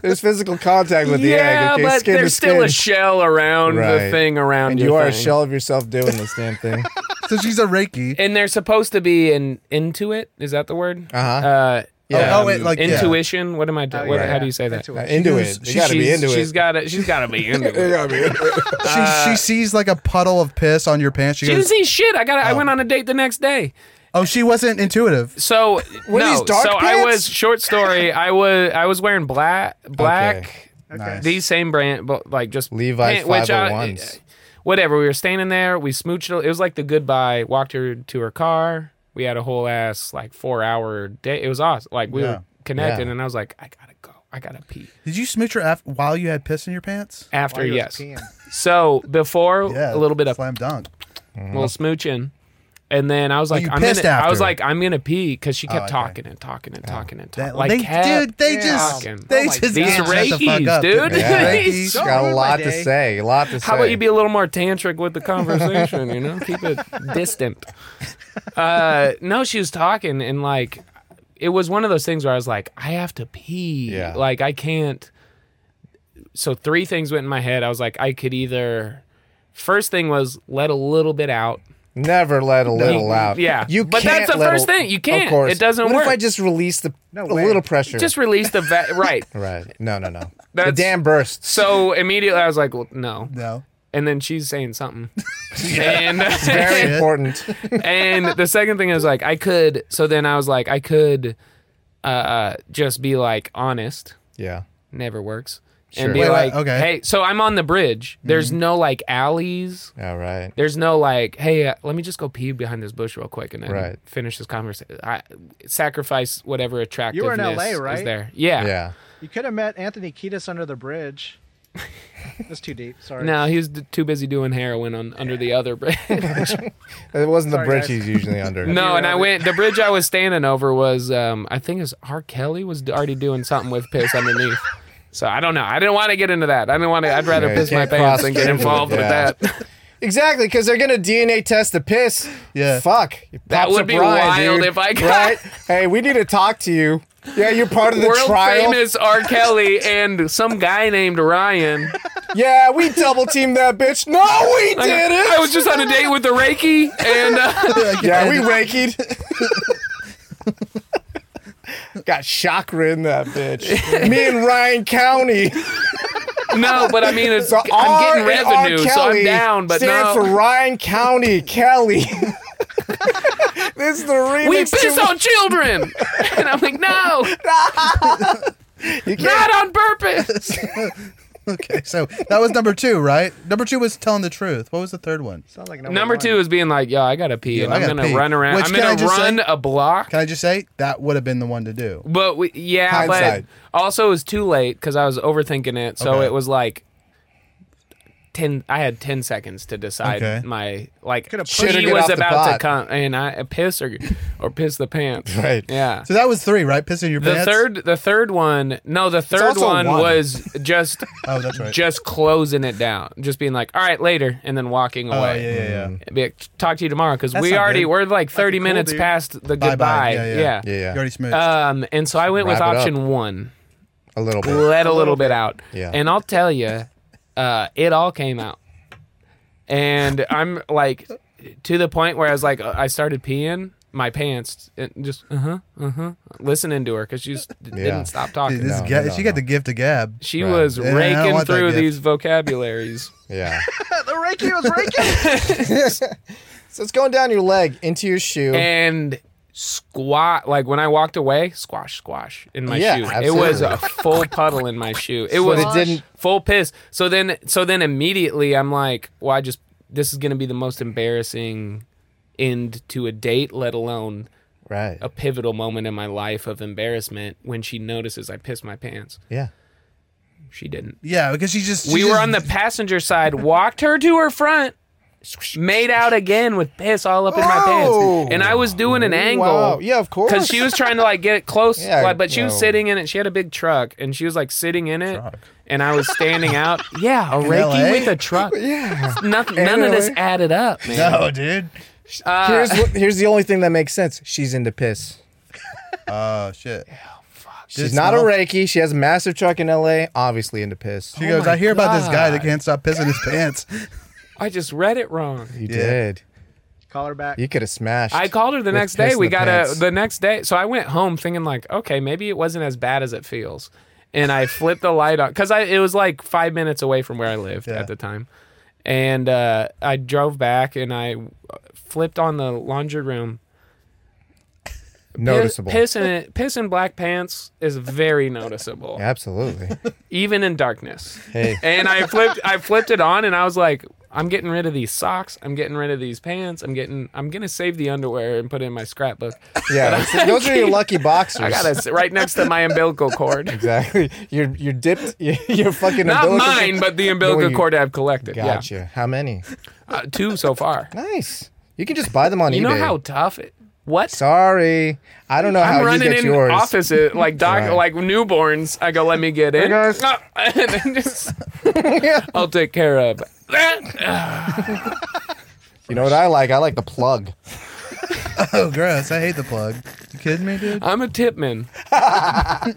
C: there's physical contact with the
A: yeah,
C: egg. Okay,
A: but
C: skin to
A: there's still a
C: skin.
A: shell around the
C: Right.
A: thing around
C: And
A: your
C: you are
A: thing.
C: a shell of yourself doing this damn thing.
B: so she's a Reiki.
A: And they're supposed to be in into it. Is that the word?
C: Uh-huh.
A: Uh,
C: Yeah.
B: Oh, oh, wait, like, yeah.
A: intuition. What am I? Do-
D: Oh,
A: what,
D: yeah.
A: How do you say that?
D: Intuition.
C: Now, into
B: was-
C: it.
B: she-
C: You gotta be
A: She's-
C: into
A: She's
C: it.
A: got to. She's got to be into
C: You
A: it.
C: gotta be into it.
B: She, she sees like a puddle of piss on your pants. She
A: She didn't
B: goes,
A: see shit. I got. I
C: Oh.
A: went on a date the next day.
B: "Oh, she wasn't intuitive."
A: So
C: Were
A: no.
C: these dark
A: so I
C: pants?
A: was short story. I was I was wearing black black.
B: Nice.
A: These same brand, but like just
C: Levi's
A: pant- which
B: oh
A: I-
C: 501s.
A: Whatever. We were standing there. We smooched. It was like the goodbye. Walked her to her car. We had a whole ass like four hour day. It was awesome. Like we
B: Yeah.
A: were connected,
C: Yeah.
A: and I was like, I gotta go. I gotta pee.
B: Did you smooch her af- while you had piss in your pants?
A: After
D: While you
A: yes.
D: was peeing.
A: So before a little bit of
B: slam dunk.
A: a little smooching. And then I was like,
B: uh-huh.
A: I'm
B: you pissed
A: gonna, I was
B: after. Oh,
A: like, I'm gonna pee because she kept
B: okay.
A: talking and talking and talking and talking.
B: That,
A: like,
B: they,
A: kept-
B: dude, they
D: Yeah.
B: just,
A: Fucking-
B: they
D: Oh my
B: just
D: God.
A: These
B: can't shut the
A: Reikis,
B: fuck up.
A: dude.
C: Yeah.
B: Reikis.
A: Don't
C: got
D: ruin
C: a
D: my
C: lot to
D: day.
C: say. A lot to say.
A: How about you be a little more tantric with the conversation? You know, keep it distant. Uh, no, she was talking, and like, it was one of those things where I was like, I have to pee.
C: Yeah.
A: Like, I can't. So three things went in my head. I was like, I could either. First thing was let a little bit out.
C: Never let a little out.
A: yeah.
C: You
A: But
C: can't
A: that's the
C: let a-
A: first thing. You
C: of
A: can't.
C: course.
A: It doesn't
C: what
A: work.
C: if I just release the
D: No
C: a
D: way.
C: little pressure?
A: Just release the va- right.
C: right. No, no, no. the
A: That's-
C: damn bursts.
A: So immediately I was like, well, no.
B: No.
A: And then she's saying something.
C: Very
A: And
C: important.
A: and the second thing is like I could so then I was like I could uh, uh just be like honest
C: yeah.
A: never works
C: Sure.
A: and be
B: Wait, wait,
A: like
B: okay.
A: hey so I'm on the bridge there's no like alleys
C: All right.
A: there's no like hey uh, let me just go pee behind this bush real quick and then
C: Right.
A: finish this conversation I sacrifice whatever attractiveness
D: LA,
A: is
D: right?
A: there yeah
C: Yeah.
D: You could have met Anthony Kiedis under the bridge. That's too deep. Sorry.
A: No, he was d- too busy doing heroin on under the other bridge.
C: It wasn't the
D: Sorry,
C: bridge
D: guys.
C: he's usually under.
A: no, and I
D: Heroin.
A: went. The bridge I was standing over was, um, I think, it was R. Kelly was already doing something with piss underneath. So I don't know. I didn't want to get into that. I didn't want to. I'd rather
C: Yeah, you
A: piss my
C: can't
A: pants
C: cross
A: than get
C: into it,
A: involved
C: yeah.
A: with that.
C: Exactly, because they're gonna DNA test the piss.
B: Yeah.
C: Fuck. It
A: That
C: pops
A: would
C: up
A: be
C: Ryan,
A: wild
C: dude.
A: if I got-
C: Right? Hey, we need to talk to you. Yeah, you're part of the
A: World
C: trial.
A: famous R. Kelly and some guy named Ryan.
C: Yeah, we double teamed that bitch. No, we did it.
A: I was just on a date with the Reiki, and uh,
C: Yeah, we rakied. Got chakra in that bitch. Me and Ryan County.
A: no, but I mean, it's
C: The R
A: I'm getting
C: and R
A: revenue, so
C: Kelly
A: I'm down. But
C: stands
A: no,
C: for Ryan County Kelly. this is the remix.
A: we
C: to-
A: piss on children, and I'm like, no,
C: You can't-
A: not on purpose.
B: Okay, so that was number two, right? Number two was telling the truth. What was the third one?
D: Sound like
A: Number
D: one.
A: two is being like, yo, I gotta pee, and
B: I
A: I'm
B: gotta
A: gonna
B: pee.
A: run around.
B: Which,
A: I'm
B: can I
A: gonna
B: just
A: run
B: say-
A: a block.
B: Can I just say that would have been the one to do?
A: But we, yeah,
C: Hindsight.
A: but also it was too late because I was overthinking it. So
B: Okay.
A: it was like ten. I had ten seconds to decide
B: Okay.
A: my like.
D: Coulda pushed
C: it
A: She
C: get
A: was
C: off the
A: about to
C: pot.
A: come, and I piss or or piss the pants.
C: Right.
A: Yeah.
B: So that was three, right? Pissing your
A: The
B: pants.
A: third, the third one, no, the third
C: also
A: one,
C: one.
A: was just,
B: Oh, that's right.
A: just closing it down, just being like, "All right, later," and then walking
B: oh, yeah,
A: away.
B: yeah,
C: Mm-hmm.
B: yeah.
A: It'd be like, talk to you tomorrow because
B: That's
A: we
B: not
A: already
B: good.
A: we're like thirty
D: cool,
A: minutes
D: dude.
A: past the
B: Bye-bye.
A: goodbye.
B: Yeah, yeah.
A: yeah.
C: Yeah,
B: You
C: yeah.
B: already smooched.
A: Um, and so I went with
C: Wrap it
A: option one,
C: A little bit.
A: let a little bit out.
C: Yeah.
A: And I'll tell you, uh, it all came out. And I'm like, to the point where I was like, I started peeing my pants and just, uh huh, uh huh, listening to her because she just d-
C: Yeah.
A: didn't stop talking.
B: Dude, this
C: No,
B: ga-
C: no,
B: she got
C: no.
B: the gift of gab.
A: She
C: Right.
A: was
B: Yeah, I don't
A: raking
B: want that
A: through
B: gift.
A: these vocabularies.
C: Yeah.
D: the Reiki was Reiki.
C: so it's going down your leg into your shoe.
A: and squat like when I walked away, squash, squash in my
C: Yeah,
A: shoe. It was a
C: absolutely.
A: full puddle in my shoe. It was
C: but it didn't.
A: full piss. So then, so then immediately I'm like, well, I just this is gonna be the most embarrassing end to a date, let alone
C: Right.
A: a pivotal moment in my life of embarrassment when she notices I pissed my pants.
C: Yeah.
A: She didn't.
B: Yeah, because she just she
A: we were
B: just-
A: on the passenger side, walked her to her front, made out again with piss all up in my
C: Oh.
A: pants. And I was doing an angle.
C: Wow. Yeah, of course.
A: Because she was trying to like get it close,
C: Yeah,
A: like, but she was
C: no.
A: sitting in it. She had a big truck, and she was like sitting in it,
B: Truck.
A: and I was standing out. Yeah, a Reiki
B: LA?
A: with a truck.
C: Yeah.
A: Nothing, none of this
C: LA?
A: added up, man.
B: No, dude.
A: Uh,
C: here's what, here's the only thing that makes sense. She's into piss.
B: Oh shit.
C: She's
B: Just
C: not a
B: smell.
C: Reiki. She has a massive truck in LA. Obviously into piss.
B: She goes.
A: Oh my
B: I hear about this guy that
A: God.
B: can't stop pissing his pants.
A: I just read it wrong.
C: You
B: Yeah.
C: did.
D: Call her back.
C: You could have smashed.
A: I called her the
C: With
A: next day.
C: piss in
A: We
C: the
A: got a
C: pants.
A: the next day. So I went home thinking like, okay, maybe it wasn't as bad as it feels. And I flipped the light on because I it was like five minutes away from where I lived
B: Yeah.
A: at the time. And uh, I drove back and I flipped on the laundry room.
C: noticeable.
A: Piss, piss, in, piss in black pants is very noticeable,
C: Absolutely.
A: even in darkness.
C: Hey.
A: And I flipped, I flipped it on, and I was like, I'm getting rid of these socks. I'm getting rid of these pants. I'm getting, I'm gonna save the underwear and put it in my scrapbook.
C: Yeah. that's- those are your lucky boxers.
A: I gotta sit right next to my umbilical cord.
C: Exactly. You're you're dipped. You're, you're fucking.
A: Not
C: umbilical-
A: mine, but the umbilical
C: No, you-
A: cord I've collected.
C: Gotcha. How many?
A: Yeah, uh, two so far.
C: Nice. You can just buy them on
A: You
C: eBay.
A: know how tough it. What?
C: Sorry, I don't know
A: I'm
C: how you
A: running
C: get
A: in
C: yours.
A: offices like doc,
C: Right.
A: like newborns. I go, let me get in,
C: guys.
A: Ah, and then just I'll take care of. that.
C: You know what I like? I like the plug.
B: Oh, gross! I hate the plug. You kidding me, dude?
A: I'm a tipman. I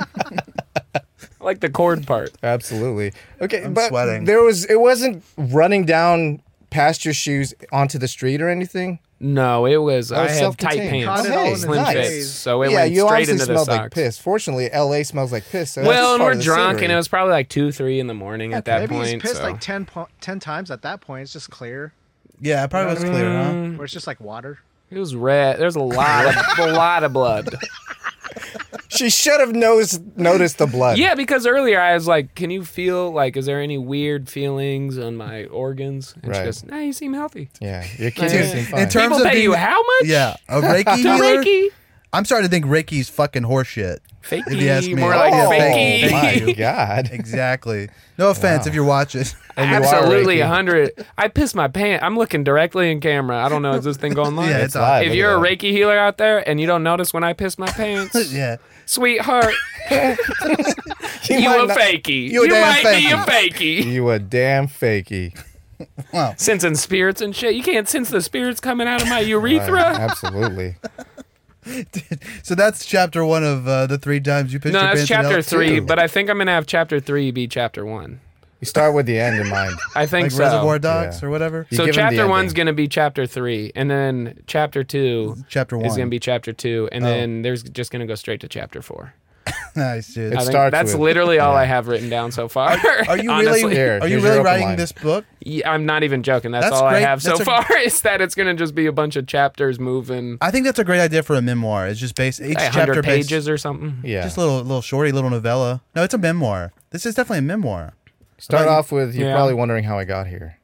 A: like the cord part.
C: Absolutely. Okay, but
B: sweating.
C: there was it wasn't running down past your shoes onto the street or anything.
A: No, it was. I
C: was
A: had tight
C: self-contained.
A: pants,
D: Caught it all in
A: slim
D: its
A: fits,
D: nice.
A: so Oh, it
C: yeah,
A: went
C: you
A: straight
C: obviously
A: into the
C: smelled
A: socks.
C: like piss. Fortunately, LA smells like piss. So that's
A: Well,
C: just
A: and
C: part
A: we're
C: of the
A: drunk,
C: scenery.
A: and it was probably like two, three in the morning at that
D: Maybe
A: point.
D: he's pissed
A: so.
D: like 10, po- 10 times at that point. It's just clear,
B: Yeah, it probably was clear,
A: Mm. Hmm.
B: huh?
D: where it's just like water.
A: it was red. There's a lot, of, a lot of blood.
C: She should have noticed noticed the blood.
A: Yeah, because earlier I was like, "Can you feel like is there any weird feelings on my organs?" And she
C: Right.
A: goes, "No, you seem healthy."
C: yeah. Your kids
A: Dude,
C: seem
B: in
C: fine.
B: terms
A: People
B: of
A: pay
B: being-
A: you how much?
B: Yeah, a Reiki
A: To
B: healer.
A: Reiki?
B: I'm starting to think Ricky's fucking horseshit. If you ask me.
A: Fakey, more like
B: Yeah,
C: oh
B: thank
A: fakey.
B: you.
C: my god!
B: Exactly. No offense if you're watching.
C: And you are
A: Absolutely,
C: Reiki.
A: a hundred. I pissed my pants. I'm looking directly in camera. I don't know is this thing going live?
B: Yeah,
C: It's live.
A: if
C: look at
A: you're a
C: that.
A: Reiki healer out there and you don't notice when I piss my pants,
B: yeah.
A: sweetheart, you,
C: might
A: a
C: not-
A: fakey.
B: you a
A: You,
B: damn
A: might be a fakey.
C: you a damn fakey.
A: Sensing spirits and shit. You can't sense the spirits coming out of my
C: Right,
A: urethra.
C: absolutely.
B: So that's chapter one of uh, the three times you pissed
A: No,
B: your
A: that's
B: pants. in
A: chapter
B: L2.
A: three, but I think I'm gonna have chapter three be chapter one.
C: You start with the end in mind.
A: I think
B: like
A: so.
B: Reservoir Dogs
C: Yeah.
B: or whatever.
C: You
A: so
C: give 'em the
A: chapter one's
C: ending.
A: gonna be chapter three, and then chapter two
B: Chapter one. Oh.
A: is gonna be chapter two, and then there's just gonna go straight to chapter four.
B: nice, dude.
A: I
C: It's-
A: think
C: starts
A: that's
C: with-
A: literally all I have written down so far.
B: Are you
A: Honestly.
B: really?
C: Here,
B: are you
C: here's your
B: really
C: open
B: writing
C: line.
B: this book?
A: Yeah, I'm not even joking. That's,
B: That's
A: all I
B: great.
A: have so
B: That's a-
A: far is that it's gonna just be a bunch of chapters moving,
B: I think that's a great idea for a memoir. It's just based each
A: like,
B: chapter
A: hundred
B: based-
A: pages or something.
C: Yeah.
B: Just a little, little shorty, little novella. No, it's a memoir. This is definitely a memoir.
C: Start off with you're
A: Yeah.
C: probably wondering how I got here.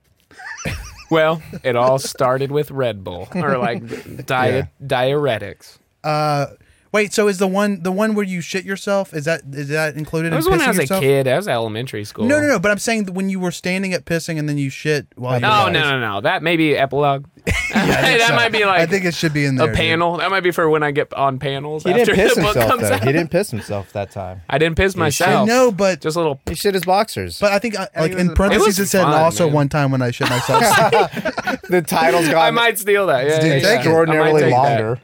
A: Well, it all started with Red Bull or like diet diuretics.
B: Uh, wait. So is the one the one where you shit yourself? Is that is that included?
A: That was
B: in
A: when
B: pissing
A: I was
B: yourself?
A: a kid. That was elementary school.
B: No, no, no. But I'm saying that when you were standing at pissing and then you shit while you.
A: Oh, No, no, no, no. That may be epilogue. that might be like
B: I think it should be in
A: a
B: there. dude.
A: panel. That might be for when I get on panels
C: He
A: after
C: didn't piss
A: the book
C: himself
A: comes
C: though.
A: out.
C: He didn't piss himself that time.
A: I didn't piss myself.
B: I know, but
A: Just a little.
C: He shit his boxers.
B: but I think uh, like
D: it was
B: in
D: a-
A: It
B: parentheses
A: was
B: it said and
A: fun,
B: also
A: man.
B: one time when I shit myself.
C: the title's
A: I
C: got
A: might steal that. Yeah,
B: Um, Dude,
A: yeah,
B: take
A: yeah.
B: it.
A: I might
C: extraordinarily
A: take that.
C: longer.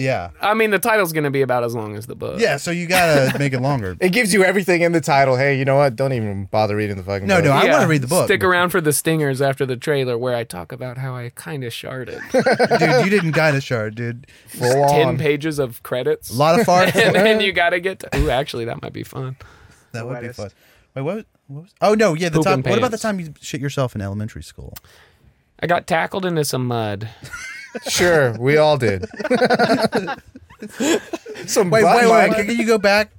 B: yeah,
A: I mean, the title's going to be about as long as the book.
B: yeah. So you gotta make it longer.
C: It gives you everything in the title. Hey, you know what? Don't even bother reading the fucking.
B: No,
C: book.
B: no. I
A: Yeah.
B: want to read the book,
A: Stick around for the stingers after the trailer where I talk about how I kind of sharded.
B: dude. You didn't guide a shard, dude.
C: Full on.
A: 10 pages of credits.
B: A lot of farts.
A: and then you got to get to. Ooh, actually, that might be fun.
B: that would be
D: Wettest.
B: fun. Wait, what? was- What was? Oh no, yeah. The
A: Poop
B: time.
A: and
B: What about the
A: pants.
B: time you shit yourself in elementary school?
A: I got tackled into some mud.
C: Sure, we all did. Some
B: Wait,
C: butt
B: wait, wait.
C: mic.
B: Can you go back?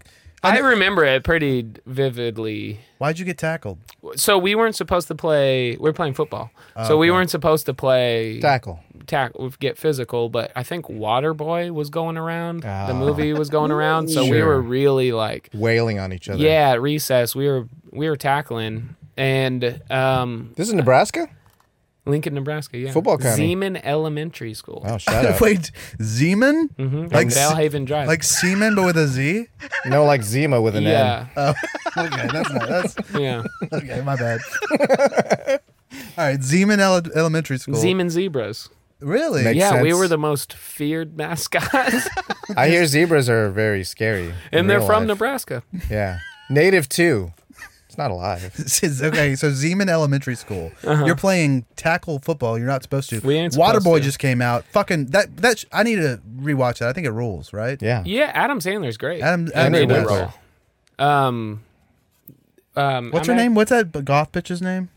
A: I remember it pretty vividly.
B: Why'd you get tackled?
A: so we weren't supposed to play. We were playing football, so we weren't supposed to play
C: Tackle.
A: tack, get physical. But I think Waterboy was going around. The movie was going around, so we
C: Sure.
A: were really like,
C: Wailing on each other.
A: yeah, at recess. We were we were tackling, and um,
C: This is Nebraska?
A: Lincoln, Nebraska, yeah,
C: Football county.
A: Zeman Elementary School,
C: Oh, shout out.
B: Wait, Zeman?
A: Mhm,
B: Like
A: on
B: s-
A: Valhaven Drive.
B: Like semen, but with a Z?
C: No, like Zima with an
A: yeah,
B: Okay, that's not. That's
A: yeah,
B: okay. My bad. All right, Zeman Ele- Elementary School.
A: Zeman Zebras.
B: Really?
C: Makes-
A: yeah, we
C: sense.
A: were the most feared mascots,
C: N. I hear zebras are very scary. in
A: and they're
C: real
A: from
C: life.
A: Nebraska.
C: Yeah. Native too. It's not alive.
B: This is- okay, so Zeman Elementary School. You're playing tackle football. You're not supposed to.
A: We ain't supposed
B: Waterboy
A: to.
B: just came out. Fucking that. That sh- I need to rewatch that. I think it rules, right?
C: Yeah.
A: Yeah, Adam Sandler's great.
B: Adam-
A: And
B: Adam
A: they
B: Sandler.
A: did roll. Um, um,
B: What's
A: I'm
B: her
A: at-
B: name? What's that b- goth bitch's name?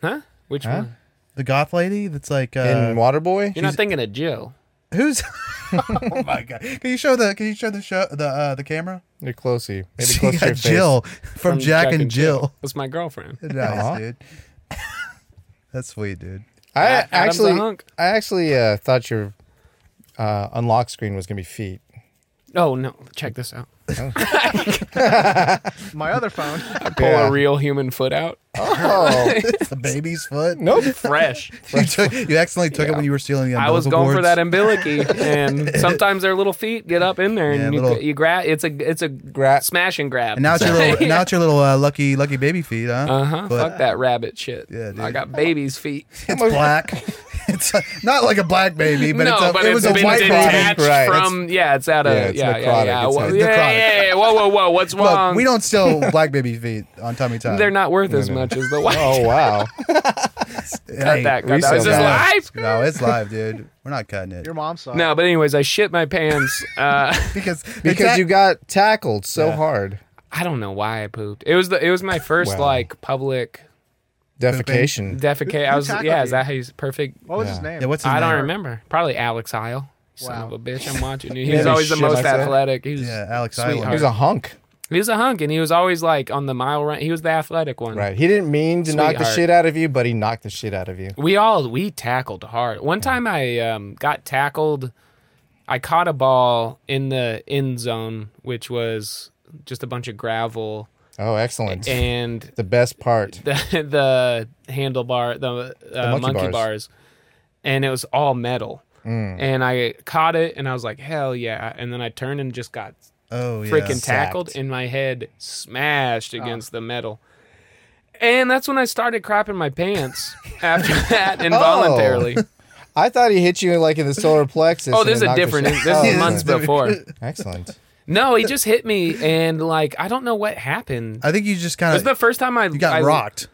A: Huh? Which one?
B: The goth lady that's like uh,
C: In Waterboy?
A: You're not thinking of Jill.
B: who's? oh my god! Can you show the? Can you show the show the uh, the camera?
C: You're closey. Maybe
B: She
C: close to
B: got
C: your face.
B: Jill from, Jack, and Jill.
A: That's my girlfriend.
B: Nice,
C: Aw.
B: dude. That's sweet, dude.
C: I
A: Adam's a
C: actually
A: hunk.
C: I actually uh, thought your uh, unlock screen was gonna be feet.
A: Oh no! Check this out.
D: My other phone.
A: Pull
C: Yeah.
A: a real human foot out. Oh,
C: Oh
B: It's the baby's foot.
C: nope.
A: Fresh.
B: You, took, you accidentally took it
A: Yeah.
B: when you were stealing the
A: I
B: umbilical
A: was going for
B: cords.
A: that umbilic, and sometimes their little feet get up in there, and
B: Yeah,
A: you,
B: little-
A: you grab. It's a it's a
C: Gra-
A: smash and grab.
B: and now it's your little, now it's your little uh, lucky, lucky baby feet, huh?
A: uh huh.
B: But
A: Fuck that rabbit shit.
B: Yeah, dude.
A: I got baby's feet.
B: it's black. it's uh, not like a black baby, but
A: no,
B: it's a,
A: but
B: it was
A: it's
B: a
A: been
B: white baby.
A: detached
C: baby. Right,
A: from. yeah, it's out of.
C: yeah,
A: Yeah,
C: it's
A: yeah,
C: necrotic.
A: yeah, yeah.
C: It's
A: Whoa,
C: necrotic.
A: yeah, yeah, yeah. Whoa, whoa, whoa. What's wrong?
B: Look, we don't steal black baby feet on tummy time.
A: They're not worth as much as the white.
C: Oh wow.
A: Cut that. Cut that.
C: resale
A: Is this
C: value.
A: live?
B: No, it's live, dude. We're not cutting it
D: Your mom saw.
A: No, but anyways, I shit my pants. Uh,
B: because
C: Because you got tackled so
B: Yeah.
C: hard.
A: I don't know why I pooped. It was the it was my first
C: Wow.
A: like public
C: Defecation.
A: defecate. I was
D: tackled
A: yeah, is
D: you?
A: that how you perfect?
D: What was his
C: Yeah.
D: name?
B: Yeah, what's his
A: I don't
B: name?
A: remember. Probably Alex Isle. Son
D: Wow.
A: of a bitch, I'm watching you. He
C: Maybe
A: was always the
C: shit
A: most
C: myself.
A: athletic. He was,
B: Yeah, Alex
A: Sweetheart.
B: Island.
C: He was a hunk.
A: he was a hunk, and he was always like on the mile run. He was the athletic one.
C: Right. He didn't mean to knock the
A: Sweetheart.
C: shit out of you, but he knocked the shit out of you.
A: We all we tackled hard. One time I um, got tackled. I caught a ball in the end zone, which was just a bunch of gravel,
C: Oh, excellent.
A: and
C: the best part.
A: the the handlebar the, uh,
C: monkey
A: monkey,
C: bars.
A: bars. and it was all metal and i caught it and i was like hell yeah and then i turned and just got
B: Oh yeah.
A: freaking
C: Sacked.
A: tackled and my head smashed against the metal and that's when i started crapping my pants after that involuntarily oh,
C: I thought he hit you like in the solar plexus. and
A: this is
C: it
A: Oh, a
C: knocked the
A: different
C: shit-
A: this is
C: Oh,
A: months before
C: Excellent.
A: no he just hit me and like i don't know what happened
B: I think you just
A: it
B: kind
A: was the
B: of
A: first time i
B: you got
A: I-
B: rocked.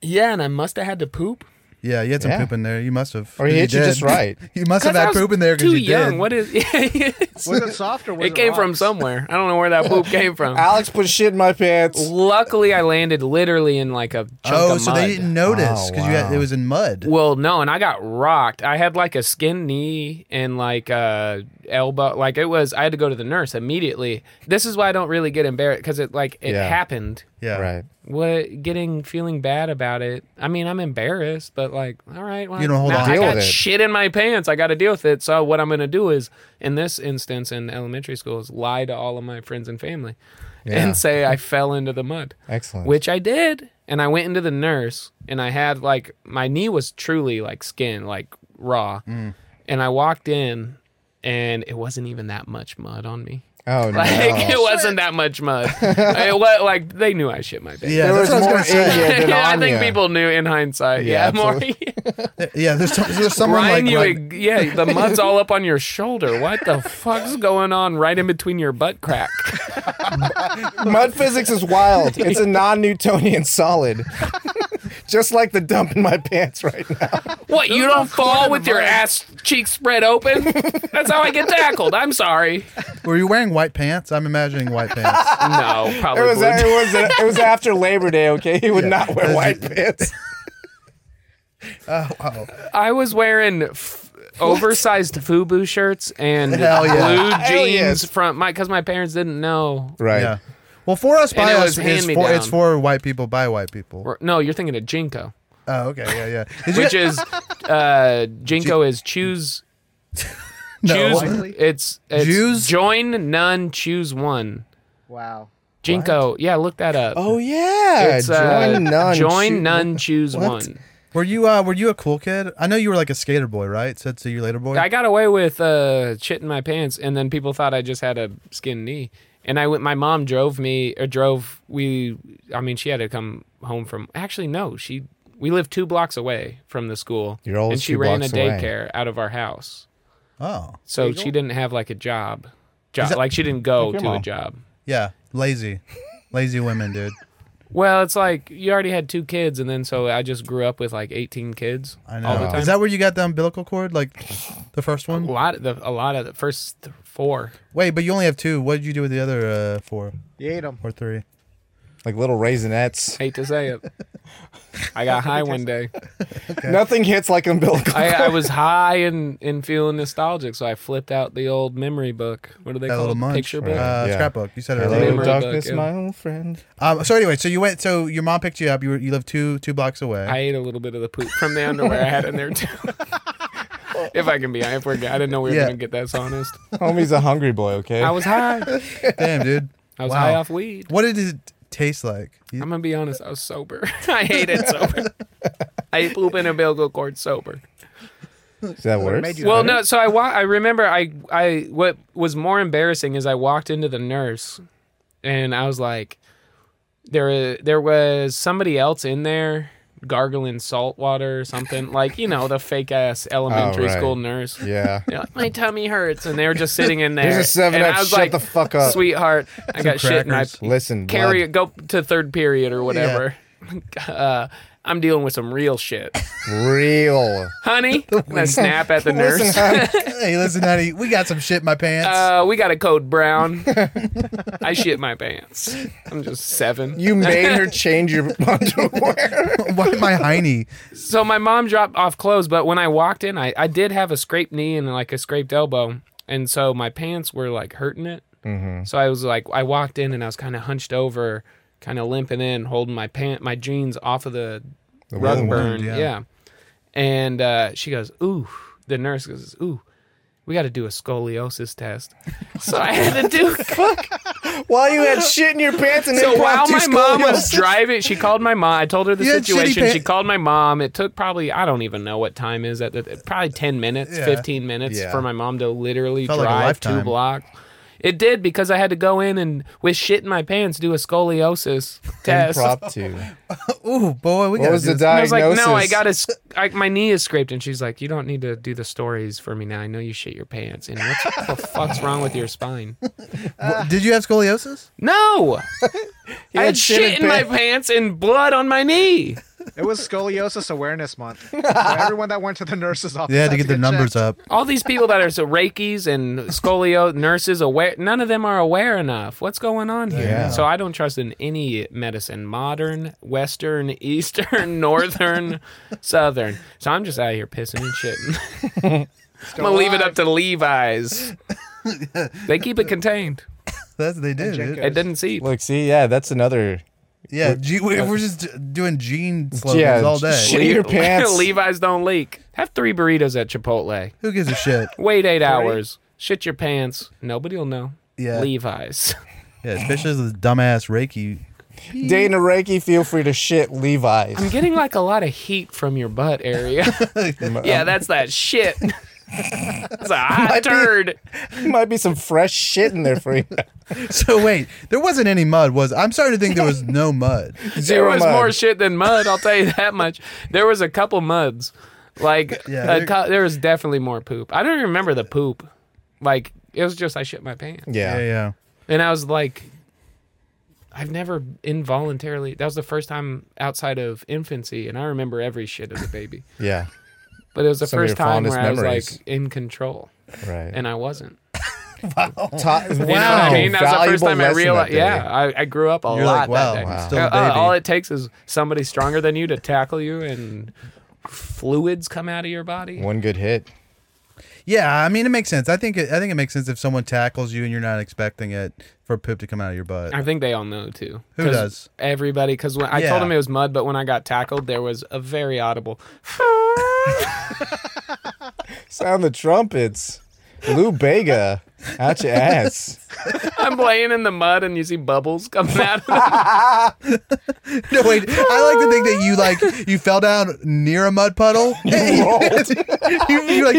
A: yeah and i must have had to poop
B: Yeah, you had some
C: Yeah.
B: poop in there. You must have.
C: Or he hit you
B: did.
C: just right.
B: you must have
A: I
B: had
A: was
B: poop in there because
A: too
B: you
A: young.
B: did.
A: What is?
D: Was it soft or was it?
A: it came from
D: rocks?
A: somewhere. I don't know where that poop came from.
C: Alex put shit in my pants.
A: Luckily, I landed literally in like a chunk
B: oh,
A: of
B: so
A: mud.
B: they didn't notice
C: Oh,
B: because you had,
C: wow.
B: it was in mud.
A: Well, no, and I got rocked. I had like a skin knee and like uh elbow. Like it was. I had to go to the nurse immediately. This is why I don't really get embarrassed because it like it
C: Yeah.
A: happened.
B: yeah.
C: Right.
A: What getting feeling bad about it? I mean, I'm embarrassed, but like, all right, well,
B: You don't hold
A: now
B: on.
A: I
C: Deal
A: got
C: with it.
A: shit in my pants. I got to deal with it. So what I'm gonna do is, in this instance, in elementary school, is lie to all of my friends and family,
C: Yeah.
A: and say I fell into the mud,
C: Excellent.
A: which I did. And I went into the nurse, and I had like my knee was truly like skin, like raw.
C: Mm.
A: And I walked in, and it wasn't even that much mud on me.
C: oh no.
A: Like it wasn't that much mud. it was, like they knew I shit my pants.
B: Yeah,
C: there
B: that's
C: was
B: what I was
C: more
B: gonna say.
C: in you than
A: I
C: on
A: think
C: you.
A: people knew in hindsight.
C: Yeah,
A: Yeah, more.
B: Yeah, there's, some, there's someone
A: Ryan,
B: like
A: you,
B: right,
A: yeah, the mud's all up on your shoulder. What the fuck's going on right in between your butt crack?
C: Mud physics is wild. It's a non-Newtonian solid. Just like the dump in my pants right now.
A: What, you don't fall with your
D: mud.
A: ass cheeks spread open? That's how I get tackled. I'm sorry.
B: Were you wearing white pants? I'm imagining white pants.
A: No, probably.
C: It was
A: wouldn't.
C: it was it was after Labor Day. Okay, he would not wear
B: That's-
C: white pants.
B: Wow.
A: I was wearing f- oversized FUBU shirts and
B: Hell yeah.
A: blue
C: Hell
A: jeans
C: yes.
A: from my because my parents didn't know.
C: Right.
B: Yeah. Well, for us by
A: it
B: us
A: was
B: is for,
A: hand-me-down.
B: it's for white people by white people.
A: Or- No, you're thinking of Jinko,
B: Oh, okay, yeah, yeah. Did you
A: which is uh, Jinko is choose
B: No.
A: choose. It's, it's
B: Jews?
A: join none, choose one.
D: Wow.
A: Jinko, yeah, look that up.
C: Oh yeah.
A: It's, uh,
C: join none.
A: Join
C: shoot-
A: none, choose
C: What?
A: one.
B: Were you uh were you a cool kid? I know you were like a skater boy, right? Said see you later boy.
A: I got away with uh, shit in my pants, and then people thought I just had a skin knee. And I went. My mom drove me, or drove we. I mean, she had to come home from. Actually, no, she. We lived two blocks away from the school,
C: You're always
A: and she
C: two
A: ran
C: blocks
A: a
C: away.
A: daycare out of our house,
B: oh.
A: so she didn't have like a job. Job
B: that-
A: like she didn't go
C: your
A: to a
C: mom.
A: job.
B: Yeah. Lazy. Lazy women, dude.
A: Well, it's like you already had two kids, and then so I just grew up with like eighteen kids
B: I know.
A: all the time.
B: Is that where you got the umbilical cord? Like the first
A: a
B: one?
A: lot of the a lot of the first th- four?
B: Wait, but you only have two. What did you do with the other uh four
D: You ate them.
B: or three?
C: Like little raisinettes.
A: Hate to say it, I got high one day.
C: Nothing hits like umbilical.
A: I, I was high and, and feeling nostalgic, so I flipped out the old memory book. What do they
B: That
A: call
B: little
A: it?
B: munch.
A: Picture book.
B: Uh
C: Yeah.
B: scrapbook. You said it
C: Hello,
B: earlier.
A: Memory
C: darkness,
A: book, yeah.
C: my old friend.
B: Um so anyway, so you went so your mom picked you up. You were, you lived two two blocks away.
A: I ate a little bit of the poop from the underwear I had in there too. if I can be, if we're, I didn't know we were
B: Yeah.
A: gonna get that honest.
C: Homie's a hungry boy. Okay.
A: I was high.
B: Damn, dude.
A: I was
B: Wow.
A: high off weed.
B: What did it taste like? You-
A: I'm gonna be honest. I was sober. I hate it sober. I ate poop in a umbilical cord sober.
C: Is that
D: Would've
C: worse?
D: made you
A: Well,
D: better.
A: no. So I wa- I remember I I what was more embarrassing is I walked into the nurse, and I was like, there there was somebody else in there gargling salt water or something like you know the fake ass elementary
C: Oh, right.
A: school nurse.
C: Yeah.
A: They're like, my tummy hurts, and they were just sitting in there.
C: Here's a seven
A: and
C: up.
A: I was
C: Shut
A: like,
C: the fuck up.
A: sweetheart. I got shit in my
B: crackers.
C: Listen.
A: carry
C: Carry
A: it, go to third period or whatever. Uh, I'm dealing with some real shit,
C: real.
A: honey. I'm gonna snap at the nurse.
C: Listen, hon,
B: hey, listen, honey, we got some shit in my pants.
A: Uh, we got a code brown. I shit my pants. I'm just seven.
C: you made her change your underwear.
A: Uh,
B: Why am I hiney?
A: so my mom dropped off clothes, but when I walked in, I, I did have a scraped knee and like a scraped elbow, and so my pants were like hurting it. Mm-hmm. So I was like, I walked in and I was kind of hunched over, kind of limping in, holding my pant, my jeans off of the, rug
C: wound,
A: burn,
B: yeah.
A: yeah. And uh, she goes, "Ooh," the nurse goes, "Ooh." we got to do a scoliosis test. So I had to do.
C: While you had shit in your pants and
A: so
C: impromptu
A: while my mom was
C: scoliosis.
A: driving, she called my mom. I told her the
B: You had shitty
A: situation.
B: pa-
A: She called my mom. It took probably I don't even know what time is at the, probably ten minutes,
B: Yeah.
A: fifteen minutes
B: Yeah.
A: for my mom to literally
B: Felt like a
A: drive two
B: lifetime.
A: blocks. It did because I had to go in and with shit in my pants do a scoliosis test.
C: impromptu.
B: Ooh, boy, we
C: What
B: got
C: was the
B: to
A: And I was
C: diagnosis?
A: like, no, I got to my knee is scraped, and she's like, you don't need to do the stories for me now. I know you shit your pants, and what the fuck's wrong with your spine?
B: Did you have scoliosis?
A: No, I
C: had
A: had
C: shit
A: shit
C: in
A: in my pants and blood on my knee.
D: It was scoliosis awareness month. So everyone that went to the nurse's office.
B: They had to get the numbers
D: checked.
B: up.
A: All these people that are so Reikis and scolio nurses aware, none of them are aware enough. What's going on here?
C: Yeah.
A: So I don't trust in any medicine, modern, Western, Eastern, Northern, Southern. So I'm just out here pissing and shitting. I'm gonna leave it up to Levi's. they keep it contained.
B: That's what they did.
D: Jacob.
B: dude.
A: It doesn't seep.
C: Look, see, yeah, that's another.
B: Yeah, G- we- we're just doing gene slogans
C: Yeah,
B: all day.
C: shit. your pants.
A: Levi's don't leak. Have three burritos at Chipotle.
B: Who gives a shit?
A: Wait eight hours. Shit your pants. Nobody'll know.
B: Yeah.
A: Levi's.
B: Yeah, especially this dumbass Reiki.
C: Dana Reiki, feel free to shit Levi's.
A: I'm getting like a lot of heat from your butt area. yeah, that's that shit. It's a hot turd.
C: Might be some fresh shit in there for you.
B: So wait, there wasn't any mud, was? I'm starting to think there was no mud.
A: There
C: Zero
A: was
C: mud.
A: more shit than mud. I'll tell you that much. There was a couple muds. Like
B: Yeah,
A: a
B: there-
A: cou- there was definitely more poop. I don't even remember the poop. Like it was just I shit my pants,
C: Yeah.
B: Yeah, yeah.
A: and I was like, I've never involuntarily. That was the first time outside of infancy, and I remember every shit as a baby.
C: yeah,
A: But it was the
C: Some of
A: first
C: your
A: time
C: fondest
A: where I was
C: memories.
A: like in control,
C: right.
A: and I wasn't.
C: Ta- wow,
A: You know what I mean? That was the first
C: Valuable
A: time I
C: lesson
A: realized.
C: that day.
A: Yeah, I, I grew up a
B: You're
A: lot
B: like, wow,
A: that day.
B: I'm still a
A: Uh, uh,
B: baby.
A: all it takes is somebody stronger than you to tackle you, and fluids come out of your body.
C: One good hit.
B: I mean, it makes sense. I think it, I think it makes sense if someone tackles you and you're not expecting it for poop to come out of your butt.
A: I think they all know too.
B: Who
A: 'Cause
B: does?
A: Everybody. Because when I
B: Yeah.
A: told them it was mud, but when I got tackled, there was a very audible.
C: Sound the trumpets. Lou Bega, out your ass.
A: I'm laying in the mud, and you see bubbles coming out. of the
B: No, wait. I like to think that you like you fell down near a mud puddle. you, are like,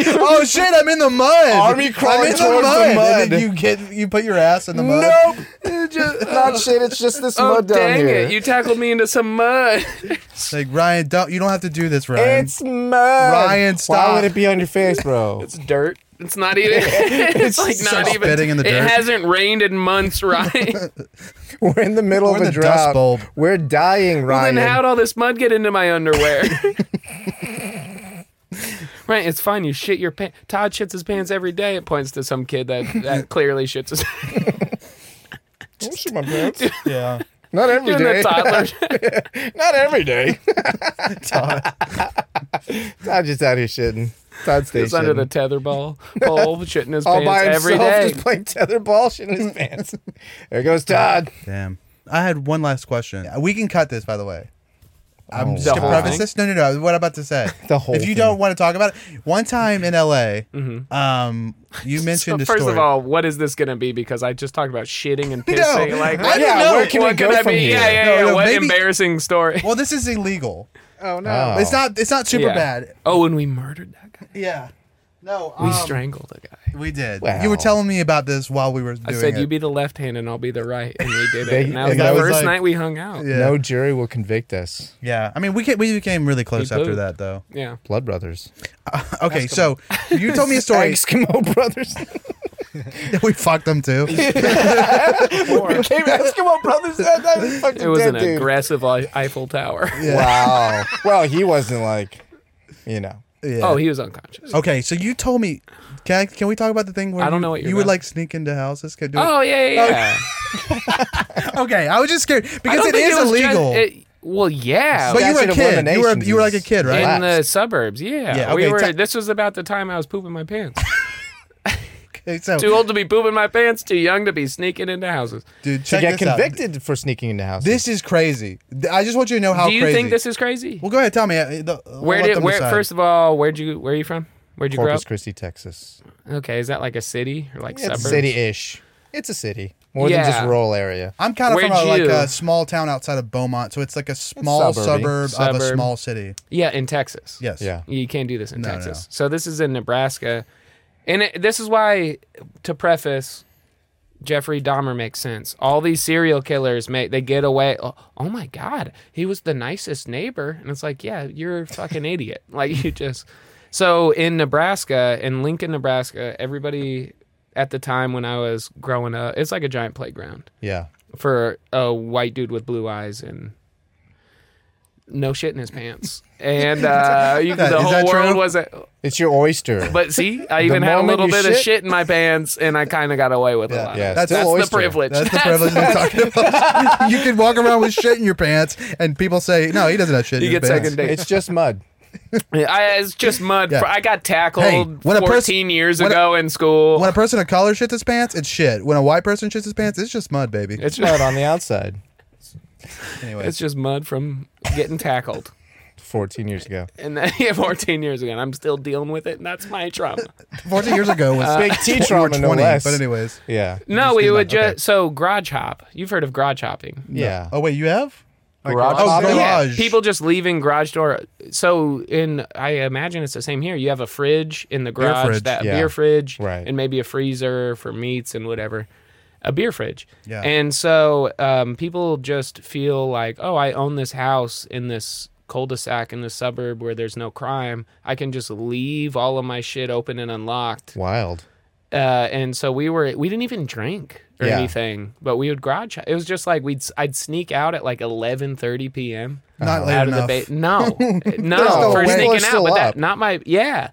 B: oh shit, I'm in the mud.
C: Army crawling
B: I'm in the
C: towards the
B: mud. And
C: mud.
B: then you get you put your ass in the mud.
C: Nope, It's just, not shit. It's just this
A: Oh
C: mud down
A: dang
C: here.
A: it! You tackled me into some mud.
B: Like Ryan, don't you don't have to do this, Ryan.
C: it's mud.
B: Ryan,
C: Why
B: stop.
C: would it be on your face, bro?
A: It's dirt. It's not even. It's, like
B: Start
A: not even.
B: spitting in the
A: it
B: dirt.
A: hasn't rained in months, right?
C: We're in the middle
B: We're
C: of
B: in
C: a
B: the
C: drought.
B: dust bowl.
C: We're dying, Ryan.
A: Then how'd all this mud get into my underwear? right, it's fine. You shit your pants. Todd shits his pants every day. It points to some kid that, that clearly shits his
C: Don't shit my pants.
B: yeah.
C: Not every
A: doing the
C: day.
A: toddler.
C: Not every day. Todd just out here shitting. Todd stays
A: It's under the
C: shitting.
A: tether ball pole, shitting his
C: all by
A: pants every
C: himself,
A: day.
C: just playing tetherball, shit in his pants. there goes Todd.
B: Damn. I had one last question. We can cut this, by the way. I'm
C: Oh,
B: just
A: The
B: gonna
A: whole
B: preface
A: thing?
B: this. No, no, no. What I'm about to say.
C: The whole
B: If you
C: thing.
B: don't want to talk about it, one time in L.A., um, you mentioned
A: Mm-hmm. So
B: a
A: first
B: story.
A: of all, what is this going to be? Because I just talked about shitting and pissing. Like,
B: I
A: what-
B: didn't
C: Yeah,
B: know.
C: where can we
A: what
C: go
A: could that
C: from
A: be?
C: here?
A: Yeah, yeah,
B: No,
A: yeah.
B: no,
A: what
B: maybe-
A: embarrassing story?
B: well, this is illegal.
D: Oh no.
C: Oh.
B: It's not. It's not super
A: Yeah.
B: bad.
A: Oh, and we murdered that guy.
B: Yeah. No.
A: We
B: um,
A: strangled a guy.
B: We did.
C: Wow.
B: You were telling me about this while we were
A: I
B: doing
A: said
B: it.
A: you be the left hand and I'll be the right, and we did it.
C: They-
A: and that was
C: and
A: the
C: that was
A: first
B: like-
A: night we hung out.
B: yeah.
C: No jury will convict us.
B: yeah. I mean, we ca- we became really close
A: We
B: after
A: both.
B: that, though.
A: Yeah.
C: Blood Brothers.
B: Okay, so you told me a story.
C: Eskimo Brothers.
B: we fucked them too.
C: we became Eskimo Brothers that night. We fucked
A: It was
C: dead
A: an
C: dude.
A: aggressive I- Eiffel Tower.
C: Wow. well, he wasn't like, you know.
B: Yeah.
A: Oh, he was unconscious.
B: Okay, so you told me. Can I, can we talk about the thing where
A: I don't
B: you-
A: know what you're
B: you would
A: about.
B: like sneak into houses? Can do
A: Oh, yeah, yeah, yeah.
B: it? Okay, I was just scared
A: Oh, I
B: because
A: don't
B: it
A: think
B: is
A: was just-
B: illegal.
A: it- well, yeah.
B: but you were
C: Statute
B: a
C: of
B: kid. You were
C: limitations
B: you were like a
C: is-
B: kid, right?
A: in the
C: relaxed.
A: suburbs, yeah.
B: Yeah,
A: we
B: okay,
A: were,
B: ta-
A: this was about the time I was pooping my pants.
B: Okay, so
A: too old to be pooping my pants, too young to be sneaking into houses.
B: dude,
C: To
B: check
C: get
B: this out.
C: convicted for sneaking into houses.
B: This is crazy. Th- I just want you to know how
A: Do you
B: crazy.
A: think this is crazy?
B: Well, go ahead, tell me. uh, the- I'll
A: where
B: let
A: did
B: them
A: where
B: decide.
A: first of all, where'd you where are you from? Where'd you
C: Corpus
A: grow
C: Christi, Texas.
A: up? Okay, is that like a city or like
C: It's
A: suburbs?
C: city-ish. It's a city more than just
A: Yeah.
C: rural area.
B: I'm kind of from
A: Where'd
B: a, like
A: you-
B: a small town outside of Beaumont, so it's like a small
C: suburby.
B: suburb, of a
A: Suburb.
B: small city.
A: Yeah, in Texas.
B: Yes.
C: Yeah.
A: You can't do this in
B: No, no,
A: Texas. So this is in Nebraska. And it, this is why, to preface, Jeffrey Dahmer makes sense. All these serial killers make they get away. Oh, oh my God, he was the nicest neighbor, and it's like, yeah, you're a fucking idiot. Like you just. So in Nebraska, in Lincoln, Nebraska, everybody at the time when I was growing up, it's like a giant playground
C: Yeah.
A: for a white dude with blue eyes and no shit in his pants. And uh, you,
B: That-
A: the
B: is
A: whole
B: that true?
A: world wasn't.
C: It's your oyster.
A: But see, I even had a
C: moment
A: little
C: you
A: bit of
C: shit-
A: shit in my pants, and I kind of got away with a lot.
C: yeah,
A: of it.
C: still
A: uh, that's
C: oyster.
A: the privilege.
B: That's the privilege I'm talking about. you can walk around with shit in your pants, and people say, "No, he doesn't have shit
A: You
B: in
A: get
B: his pants."
A: second date.
C: it's just mud.
A: I, it's just mud.
B: Yeah.
A: I got tackled
B: Hey, when a
A: 14
B: pers-
A: years
B: when a-
A: ago in school.
B: When a person of color shits his pants, it's shit. When a white person shits his pants, it's just mud, baby.
A: it's
C: Mud
A: just
C: on the outside.
B: anyway,
A: it's just mud from getting tackled.
C: 14 years ago.
A: And then, yeah, 14 years ago, and I'm still dealing with it, and that's my trauma.
B: 14 years ago was
C: Big T
B: we were
C: Uh, trauma,
B: 20.
C: no less.
B: But anyways,
C: Yeah.
A: Uh, No, we
B: do
A: would
B: that.
A: just
B: Okay.
A: so garage hop. You've heard of garage hopping?
C: Yeah.
B: oh wait, you have
C: Garage
B: oh
C: hopping?
A: Yeah,
B: garage.
A: people just leaving garage door. So in, I imagine it's the same here. You have a fridge in the garage,
B: fridge,
A: that
C: yeah.
A: beer fridge,
C: Right.
A: and maybe a freezer for meats and whatever. A beer fridge.
B: Yeah.
A: And so um, people just feel like, oh, I own this house in this cul-de-sac in the suburb where there's no crime. I can just leave all of my shit open and unlocked.
C: Wild.
A: Uh, and so we were, we didn't even drink or
C: Yeah.
A: anything, but we would garage. It was just like we'd, s- I'd sneak out at like 11:30 p.m
C: Uh-huh.
B: not late
A: out
B: enough.
A: of the bait. No,
C: no
A: no, for
C: way. People are
A: sneaking out.
C: still
A: But
C: up.
A: that, not my. Yeah,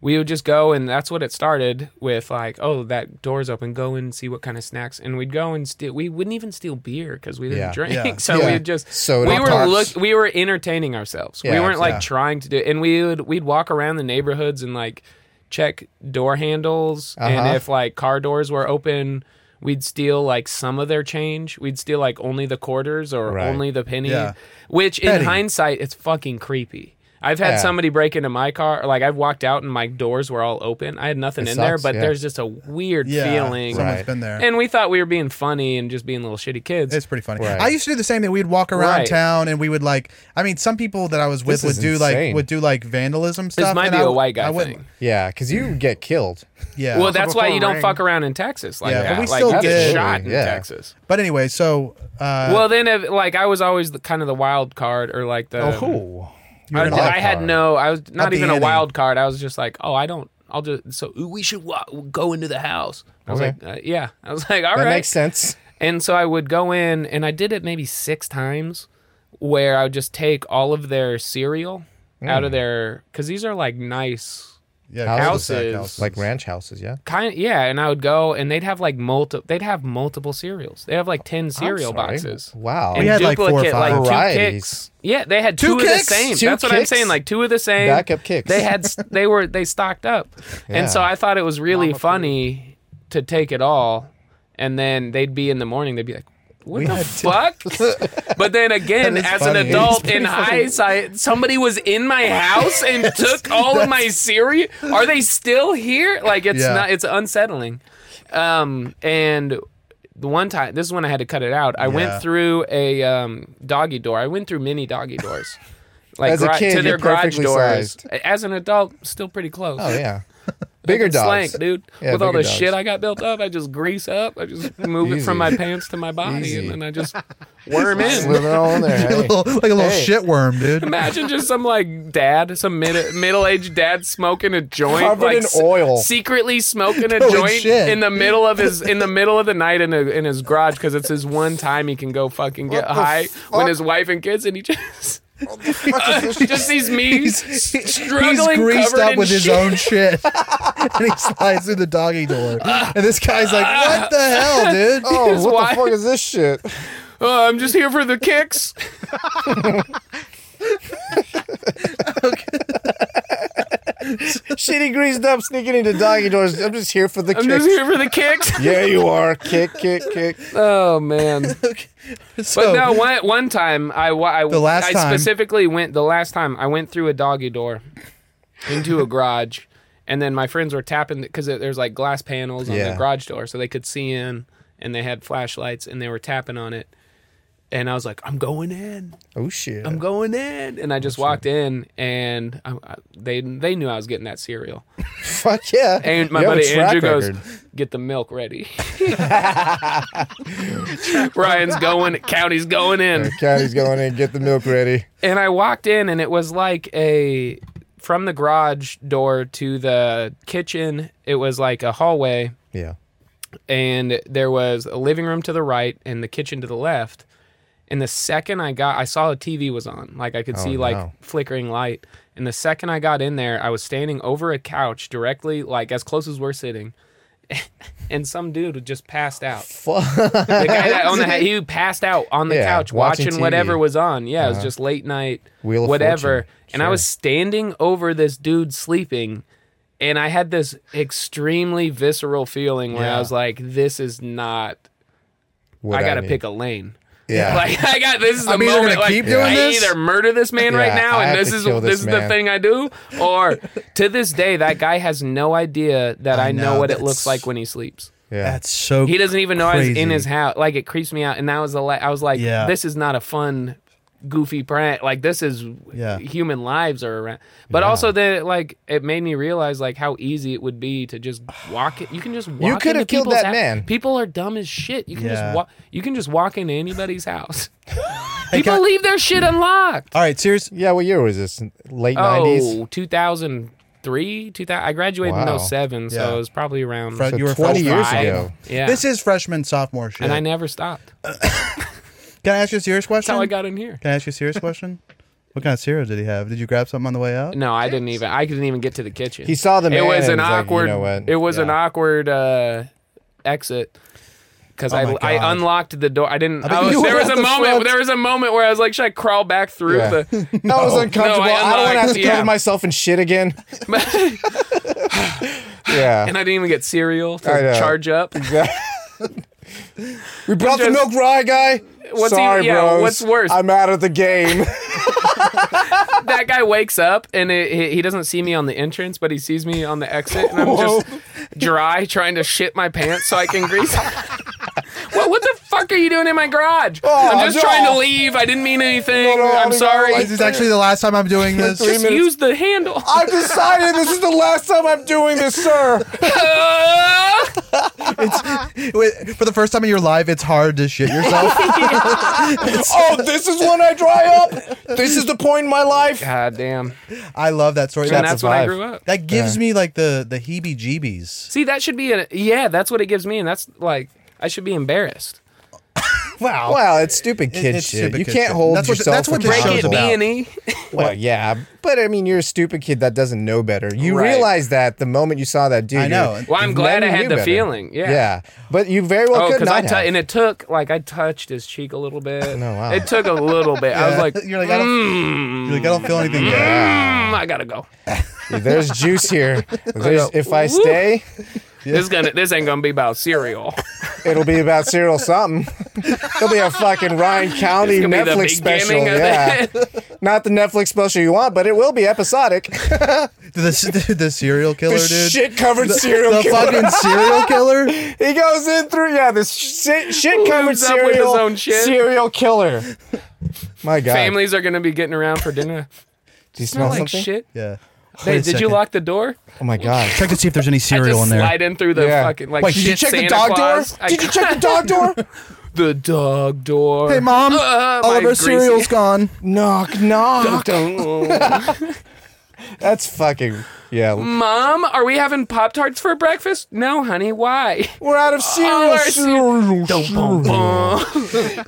A: we would just go, and that's what it started with. Like, oh, that door's open. Go and see what kind of snacks. And we'd go and steal. We wouldn't even steal beer because we didn't
C: Yeah.
A: drink.
B: Yeah.
A: So
B: Yeah.
A: we'd just.
C: Soda
A: we were
C: pops.
A: look. We were entertaining ourselves. we
C: Yeah,
A: weren't like
B: yeah.
A: trying to do. And we would we'd walk around the neighborhoods and like check door handles,
C: Uh-huh.
A: and if like car doors were open. We'd steal like some of their change. We'd steal like only the quarters or
C: Right.
A: only the penny,
B: Yeah.
A: which in
B: Petty.
A: hindsight it's fucking creepy. I've had
C: Yeah.
A: somebody break into my car, like I've walked out and my doors were all open. I had nothing
C: It
A: in there,
C: sucks,
A: but
C: yeah.
A: there's just a weird
B: yeah,
A: feeling.
B: someone's
C: Right.
B: been there.
A: And we thought we were being funny and just being little shitty kids.
B: It's pretty funny.
C: Right.
B: I used to do the same thing. We'd walk around
A: Right.
B: town and we would like. I mean, some people that I was with
C: This
B: would
C: is
B: do
C: insane.
B: like would do like vandalism stuff.
A: this might
B: and
A: be
B: I
A: a
B: w-
A: white
B: I
A: guy
B: wouldn't-
A: thing.
C: Yeah, because you get killed.
B: Yeah.
A: Well, that's why
D: before
A: you don't
D: Ring-
A: fuck around in Texas like
B: Yeah, but
A: that.
B: we
A: like
B: still
A: you get
B: did.
A: shot in
C: Yeah.
A: Texas.
B: but anyway, so uh,
A: well, then, if, like I was always the, kind of the wild card or like
B: Oh,
A: the
C: Cool.
A: I,
C: an odd
A: I had
C: card.
A: no. I was not
B: the
A: even a
B: ante.
A: wild card. I was just like, oh, I don't. I'll just so ooh, we should wa- go into the house. I was
C: Okay.
A: like, uh, yeah. I was like, all right.
C: That makes sense.
A: And so I would go in, and I did it maybe six times, where I would just take all of their cereal
C: Mm.
A: out of their because these are like nice
B: yeah,
C: Houses,
B: cul-de-sac
C: Like ranch houses, yeah.
A: kind. yeah, and I would go, and they'd have like multi. They'd have multiple cereals. They have like ten cereal
C: Sorry.
A: boxes.
C: Wow.
A: And
B: We had, like, four or
A: duplicate, like,
B: five.
A: two
C: Varieties.
A: kicks. Yeah, they had
C: Two
A: two, of the
C: kicks?
A: same.
C: Two
A: That's what I'm
C: kicks?
A: saying. Like two of the same.
C: Backup kicks.
A: They had. s- They were. They stocked up,
C: Yeah.
A: and so I thought it was really funny to take it all, and then they'd be in the morning. They'd be like. What the fuck? but then again,
B: That
A: as
B: is
A: an
B: funny.
A: adult
B: It's
A: in hindsight, somebody was in my house and took all of my cereal. Are they still here? Like it's
B: Yeah.
A: not. It's unsettling. Um, and the one time, this is when I had to cut it out. I
B: Yeah.
A: went through a um, doggy door. I went through many doggy doors, like
C: As a
A: gra-
C: kid,
A: to their
C: you're
A: garage
C: perfectly
A: doors.
C: sized.
A: As an adult, still pretty close.
C: Oh, yeah. Bigger dogs.
A: Slank, dude.
C: Yeah,
A: With all
C: bigger
A: the
C: dogs.
A: shit I got built up, I just grease up. I just move it from my
C: Easy.
A: pants to my body,
C: Easy.
A: and then I just worm in.
C: Slither all in there.
B: Like a
C: hey.
B: little, like a little
C: Hey.
B: shitworm, dude.
A: Imagine just some like dad, some mid- middle-aged dad smoking a joint,
C: Covered
A: like
C: in oil.
A: secretly smoking a
B: Doing
A: joint
B: shit.
A: in the middle of his in the middle of the night in a, in his garage because it's his one time he can go fucking get high when his wife and kids, and he just just sees me
B: He's
A: struggling,
B: greased
A: covered
B: up
A: in
B: with his
A: shit.
B: own shit, and he slides through the doggy door. And this guy's like,
C: Ah,
B: "What the hell, dude?"
C: Oh,
A: His
C: what
A: wife-
C: the fuck is this shit?
A: Oh, I'm just here for the kicks.
C: Shitty greased up, sneaking into doggy doors. I'm just here for the
A: I'm
C: kicks.
A: just here for the kicks.
C: Yeah, you are. Kick, kick, kick.
A: Oh man.
B: So
A: But no, one one time I wa- I,
B: The last
A: I
B: time.
A: specifically went the last time I went through a doggy door into a garage And then my friends were tapping because there's like glass panels on
C: Yeah.
A: the garage door, so they could see in, and they had flashlights, and they were tapping on it. And I was like, "I'm going in,
C: Oh shit.
A: I'm going in," and I just walked in, and I, I, they they knew I was getting that cereal.
C: Fuck yeah.
A: And my
C: You have a
A: buddy
C: track
A: Andrew
C: record.
A: goes, "Get the milk ready." Ryan's going, County's going in.
C: Caddy's going in, get the milk ready.
A: and I walked in, and it was like a from the garage door to the kitchen. It was like a hallway,
C: Yeah.
A: and there was a living room to the right and the kitchen to the left. And the second I got, I saw the TV was on. Like I could see
C: no.
A: like flickering light. And the second I got in there, I was standing over a couch directly, like as close as we're sitting. and some dude just passed out.
C: Fuck.
A: The guy that owned the ha- he passed out on the
C: Yeah,
A: couch
C: watching
A: watching,
C: TV.
A: whatever was on. Yeah, it was just late night,
C: Wheel of
A: whatever.
C: Fortune.
A: And I was standing over this dude sleeping, and I had this extremely visceral feeling where
C: Yeah.
A: I was like, "This is not.
C: What
A: I gotta
C: need.
A: pick a lane."
C: Yeah.
A: like I got this is the
B: I'm either
A: moment.
B: gonna
A: like,
B: keep doing
A: I
B: this-
A: either murder this man right
C: Yeah,
A: now,
C: I
A: and
C: have
A: this
C: to
A: is
C: kill
A: this,
C: this
A: is
C: man.
A: the thing I do, or to this day, that guy has no idea that I, know,
B: know,
A: what it
B: that's-
A: looks like when he sleeps.
C: Yeah.
B: That's so.
A: He doesn't even know I was in
B: crazy.
A: his house. Like it creeps me out. And that was the la- I was like,
B: Yeah.
A: this is not a fun, goofy prank. Like this is
B: Yeah.
A: human lives are around. But also that like it made me realize like how easy it would be to just walk. It. You can just walk.
C: could
A: into
C: have killed
A: people's
C: that
A: hou-
C: man.
A: People are dumb as shit. You can
B: Yeah.
A: just walk. You can just walk into anybody's house.
B: Hey,
A: People
B: can I-
A: leave their shit unlocked.
B: all right, serious.
C: Yeah, what year was this? Late nineties?
A: Oh, 2003, 2000. I graduated
C: Wow.
A: in 07, so
B: Yeah.
A: it was probably around.
B: Fre-
C: So
B: you were
C: 20
B: freshman.
C: years
A: five.
C: ago.
A: Yeah.
B: This is freshman sophomore shit.
A: and I never stopped. That's
B: Can I ask you a serious question?
A: how I got in here.
B: Can I ask you a serious question? What kind of cereal did he have? Did you grab something on the way out?
A: No, I didn't even. I couldn't even get to the kitchen.
C: He saw the man.
A: It was an
C: and like,
A: awkward.
C: you know what?
A: It was an
C: Yeah.
A: awkward uh, exit because
B: Oh
A: I,
B: my
A: I
B: God.
A: unlocked the door. I didn't.
B: bet
A: I was,
B: you
A: there
B: were
A: was
B: at
A: a
B: the
A: moment.
B: front.
A: There was a moment where I was like, should I crawl back through
C: Yeah.
A: the?
C: That was uncomfortable.
A: No, I
C: I, don't want to have to
A: unlocked- yeah.
C: cover myself in shit again. Yeah.
A: And I didn't even get cereal
C: I
A: to
C: know.
A: charge up.
C: we brought the
A: just-
C: milk rye guy.
A: What's he-
C: Sorry,
A: yeah,
C: bros.
A: what's worse?
C: I'm out of the game.
A: that guy wakes up and it, he, he doesn't see me on the entrance, but he sees me on the exit, and I'm just dry trying to shit my pants so I can grease. What, what the fuck are you doing in my garage?
C: Oh,
A: I'm just
C: no.
A: trying to leave. I didn't mean anything.
C: No, no,
A: I'm
C: no,
A: sorry.
C: no,
B: This is actually the last time I'm doing this.
C: Three
A: just
C: minutes.
A: use the handle.
C: I've decided this is the last time I'm doing this, sir.
B: Wait, For the first time in your life, it's hard to shit yourself.
C: oh, this is when I dry up. This is the point in my life.
A: God damn.
B: I love that story.
A: and that's
B: That's,
A: when
C: vibe.
A: I grew up.
B: that gives me like the the heebie-jeebies.
A: See, that should be a yeah. That's what it gives me, and that's like I should be embarrassed.
B: Wow.
C: Well, it's stupid
B: It-
C: kid
B: it's
C: shit.
B: stupid
C: you
B: kid
C: can't
B: shit.
C: hold
B: That's what-
C: yourself.
B: that's what this
A: Break
B: show's
A: it, B
B: about.
A: and E.
C: Well, yeah, but I mean, you're a stupid kid that doesn't know better. You
A: Right.
C: realize that the moment you saw that dude.
B: I know.
C: you-
A: Well, I'm
C: you
A: glad
C: never
A: I
C: knew
A: had the
C: better.
A: feeling. Yeah.
C: Yeah, but you very well
A: Oh,
C: could
A: because I
C: not.
A: tou-
C: have.
A: and it took like I touched his cheek a little bit.
C: No, wow.
A: It took a little bit. I was
B: Yeah.
A: like,
B: You're like, I don't-
A: "Mm,
B: You're like, I don't feel anything. yet.
A: mm, I gotta go.
C: There's juice here. There's, if I
A: Woo.
C: stay,
A: This is gonna. This ain't gonna be about cereal.
C: it'll be about Cyril something. It'll be a fucking Ryan County
A: It's gonna be the
C: Netflix
A: beginning
C: special.
A: of
C: Yeah,
A: it.
C: not the Netflix special you want, but it will be episodic.
B: The, the, the serial killer, dude.
C: Shit covered serial
B: the
C: killer.
B: fucking serial killer.
C: He goes in through yeah this shit shit covered
A: Lubes up with his
C: serial
A: own shit.
C: serial killer. My God,
A: Families are gonna be getting around for dinner.
C: do you smell
A: Smell like
C: something?
A: shit.
B: Yeah. Wait
A: Hey,
B: a
A: did you
B: second.
A: lock the door?
C: Oh my God.
B: Check to see if there's any cereal
A: Just
B: in there.
A: slide in through the
C: Yeah.
A: fucking like.
B: Wait,
C: Did you
A: shit
C: check the
A: Santa
C: dog
A: Claus.
C: door?
A: I-
C: Did you check the dog door?
A: the dog door?
B: Hey, mom,
A: Uh, my
B: all of our
A: greasy-
B: cereal's gone.
C: knock knock.
A: Dun.
C: That's fucking yeah.
A: Mom, are we having Pop Tarts for breakfast? No, honey. Why?
C: We're out of cereal.
A: All our
C: cereal.
A: Oh, Bum.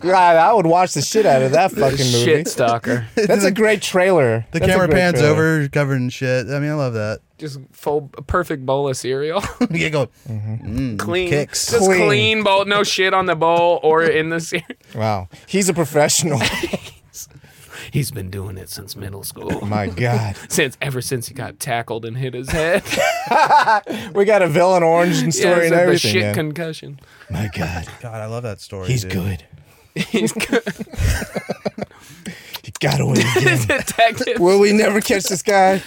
C: God, I would watch the shit out of that fucking movie.
A: Shit stalker.
C: That's a great trailer.
B: The
C: That's a
B: camera
C: great
B: pans
C: trailer.
B: over, covered in shit. I mean, I love that.
A: Just full a perfect bowl of cereal.
C: Mm,
B: yeah, go.
A: clean.
B: Kicks.
A: Just
C: Clean.
A: clean. bowl. No shit on the bowl or in the cereal.
C: Wow, he's a professional.
A: He's been doing it since middle school.
C: My God,
A: since ever since he got tackled and hit his head.
C: we got a villain orange and
A: yeah, it's
C: story
A: like
C: and
A: the
C: everything.
A: shit
C: man.
A: concussion.
C: My God,
B: God, I love that story.
C: he's
B: dude.
C: good.
A: He's good.
C: He gotta win again.
A: Detective.
C: Will we never catch this guy?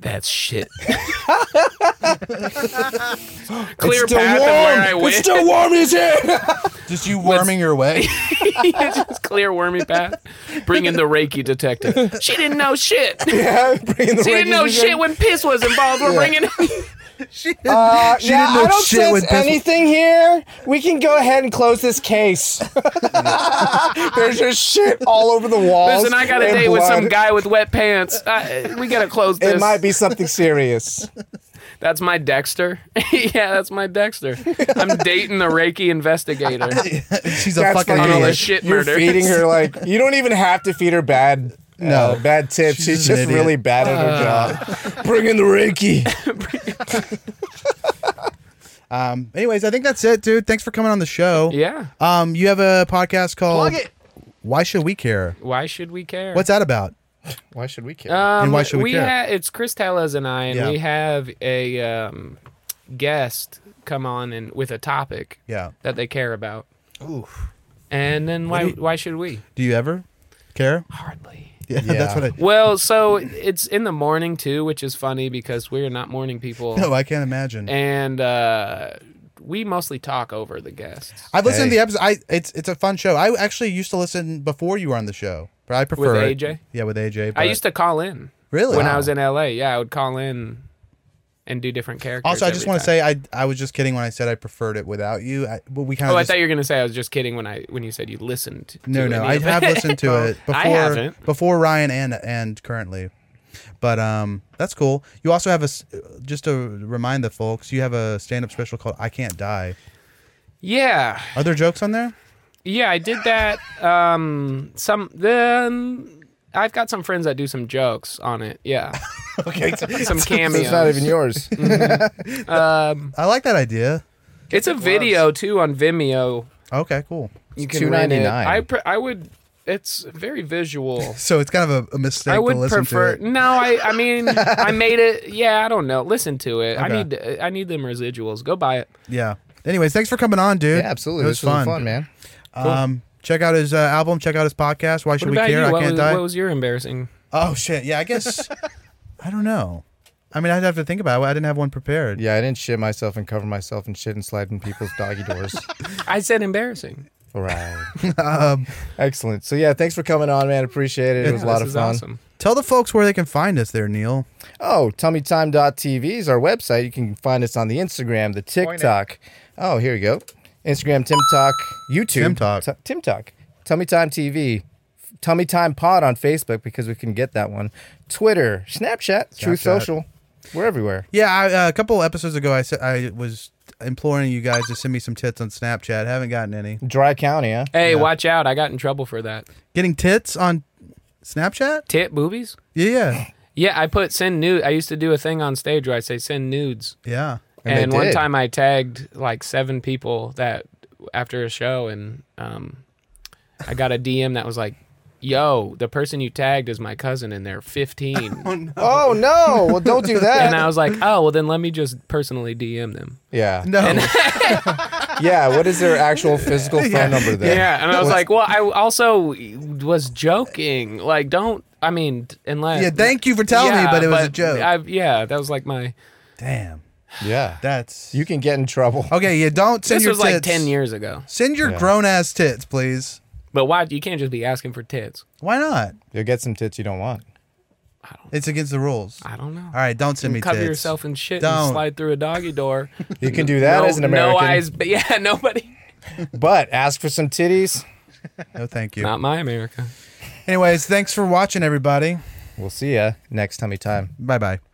A: That's shit. Clear
C: it's still
A: path of
C: warm.
A: where I went.
C: it's still warm in his hair.
B: Just you worming your way.
A: Just clear wormy path. Bring in the Reiki detective. She didn't know shit. She
C: yeah, bringing the
A: didn't know shit when piss was involved. We're bringing.
B: she
C: Uh,
B: She
C: yeah,
B: didn't know
C: I don't
B: shit when
C: sense
B: piss-
C: anything here. We can go ahead and close this case. There's just shit all over the walls.
A: Listen, I got a
C: and
A: date with some
C: blood.
A: guy with wet pants. I, we gotta close this.
C: It might be something serious.
A: That's my Dexter. yeah, that's my Dexter. I'm dating the Reiki investigator.
B: She's a fucking
C: That's
A: fucking
B: idiot.
A: hilarious. shit
C: You're
A: murder.
C: feeding her like you don't even have to feed her bad. No bad tips.
B: She's
C: She's,
B: an
C: just
B: idiot.
C: really bad
A: Uh.
C: at her job. Bring in the Reiki.
B: Um, anyways, I think that's it, dude. Thanks for coming on the show.
A: Yeah.
B: Um, you have a podcast called
D: Plug it.
B: Why Should We Care?
A: Why should we care?
B: What's that about?
C: Why should we care?
A: Um,
B: And why should we care?
A: ha- it's Chris Tellez and I, and
B: Yeah.
A: we have a um, guest come on and with a topic
B: Yeah.
A: that they care about. And then why why should we?
B: Do you ever care?
A: Hardly.
B: Yeah, that's what I.
A: Well, so it's in the morning too, which is funny because we're not morning people,
B: No, I can't imagine.
A: and uh, we mostly talk over the guests
B: I've listened to
C: Hey.
B: the episode. I it's it's a fun show. I actually used to listen before you were on the show, but I prefer
A: with
B: it.
A: AJ.
B: Yeah, with AJ.
A: I used to call in
B: really
A: when I was in LA. Yeah, I would call in and do different characters.
B: Also, I just
A: every
B: want to
A: time.
B: say I I was just kidding when I said I preferred it without you. I, but we kind
A: Oh,
B: of
A: I thought you were gonna say I was just kidding when I when you said you listened. To
B: no no I
A: any of
B: have
A: it.
B: listened to it before
A: I haven't.
B: before Ryan and and currently, but um that's cool. You also have a s- just to remind the folks you have a stand up special called I Can't Die.
A: yeah,
B: Are there jokes on there?
A: yeah, I did that. Um, some then I've got some friends that do some jokes on it. Yeah,
B: Okay,
A: some
C: so
A: cameos.
C: it's not even yours.
A: um,
B: I like that idea.
A: it's a video too on Vimeo.
B: Okay, cool.
A: You
C: It's
A: can rent it.
C: $2.99.
A: I pr- I would. It's very visual.
B: So it's kind of a, a mistake
A: I
B: to
A: would
B: listen
A: prefer.
B: to. It.
A: No, I. I mean, I made it. Yeah, I don't know. Listen to it. I
B: Okay.
A: need. I need them residuals. Go buy it.
B: Yeah. Anyways, thanks for coming on, dude.
C: Yeah, absolutely.
B: It
C: this was fun, man.
B: Um, check out his uh, album. Check out his podcast. Why should
A: What
B: we
A: about
B: care?
A: you?
B: I
A: What
B: can't
A: was,
B: die.
A: what was your embarrassing?
B: Oh shit! Yeah, I guess. I don't know. I mean, I'd have to think about it. I didn't have one prepared.
C: Yeah, I didn't shit myself and cover myself and shit and slide in people's doggy doors.
A: I said embarrassing.
C: All right. Um, Excellent. So yeah, thanks for coming on, man. Appreciate it. It was a
A: Yeah,
C: lot
A: this
C: of
A: is
C: fun.
A: awesome.
B: Tell the folks where they can find us there, Neil.
C: Oh, tummytime.tv is our website. You can find us on the Instagram, the
D: it.
C: TikTok. Oh, here we go. Instagram, TimTok, YouTube.
B: TimTok.
C: T- TimTok. Tummy Time TV. Tummy Time Pod on Facebook because we can get that one. Twitter, Snapchat, Truth
B: Snapchat.
C: Social. We're everywhere.
B: Yeah, I, uh, a couple episodes ago, I said I was imploring you guys to send me some tits on Snapchat. haven't gotten any.
C: Dry County, huh?
A: Hey, watch out! I got in trouble for that.
B: Getting tits on Snapchat?
A: Tit boobies?
B: Yeah, yeah,
A: Yeah, I put send nude. I used to do a thing on stage where I say send nudes,
B: yeah.
C: And they
A: and, one
C: did.
A: time I tagged like seven people that after a show, and um, I got a DM that was like, "Yo, the person you tagged is my cousin, and they're 15."
C: Oh, no. Well, don't do
A: and I
C: that.
A: was like, "Oh, well, then let me just personally DM them."
C: yeah.
B: No,
C: Yeah. What is their actual physical phone number there?
A: Yeah, and I was like, "Well, I also was joking. Like, don't. I mean, unless
B: yeah. Thank you for telling me,
A: Yeah,
B: but it was a joke.
A: I, yeah, that was like my.
B: Damn,
C: Yeah.
B: that's
C: You can get in trouble.
B: okay. Yeah, don't send
A: This
B: your
A: was like
B: tits.
A: ten years ago.
B: Send your grown ass tits, please.
A: But why you can't just be asking for tits?
B: Why not?
C: You'll get some tits you don't want.
B: It's against the rules.
A: I don't know.
B: All right, don't send me
A: Cover
B: tits.
A: yourself in shit
B: Don't.
A: and slide through a doggy door.
C: You can do that
A: no,
C: as an American.
A: no eyes, but yeah, nobody.
C: But ask for some titties.
B: No, thank you.
A: Not my America.
B: Anyways, thanks for watching, everybody.
C: We'll see ya next tummy time.
B: Bye bye.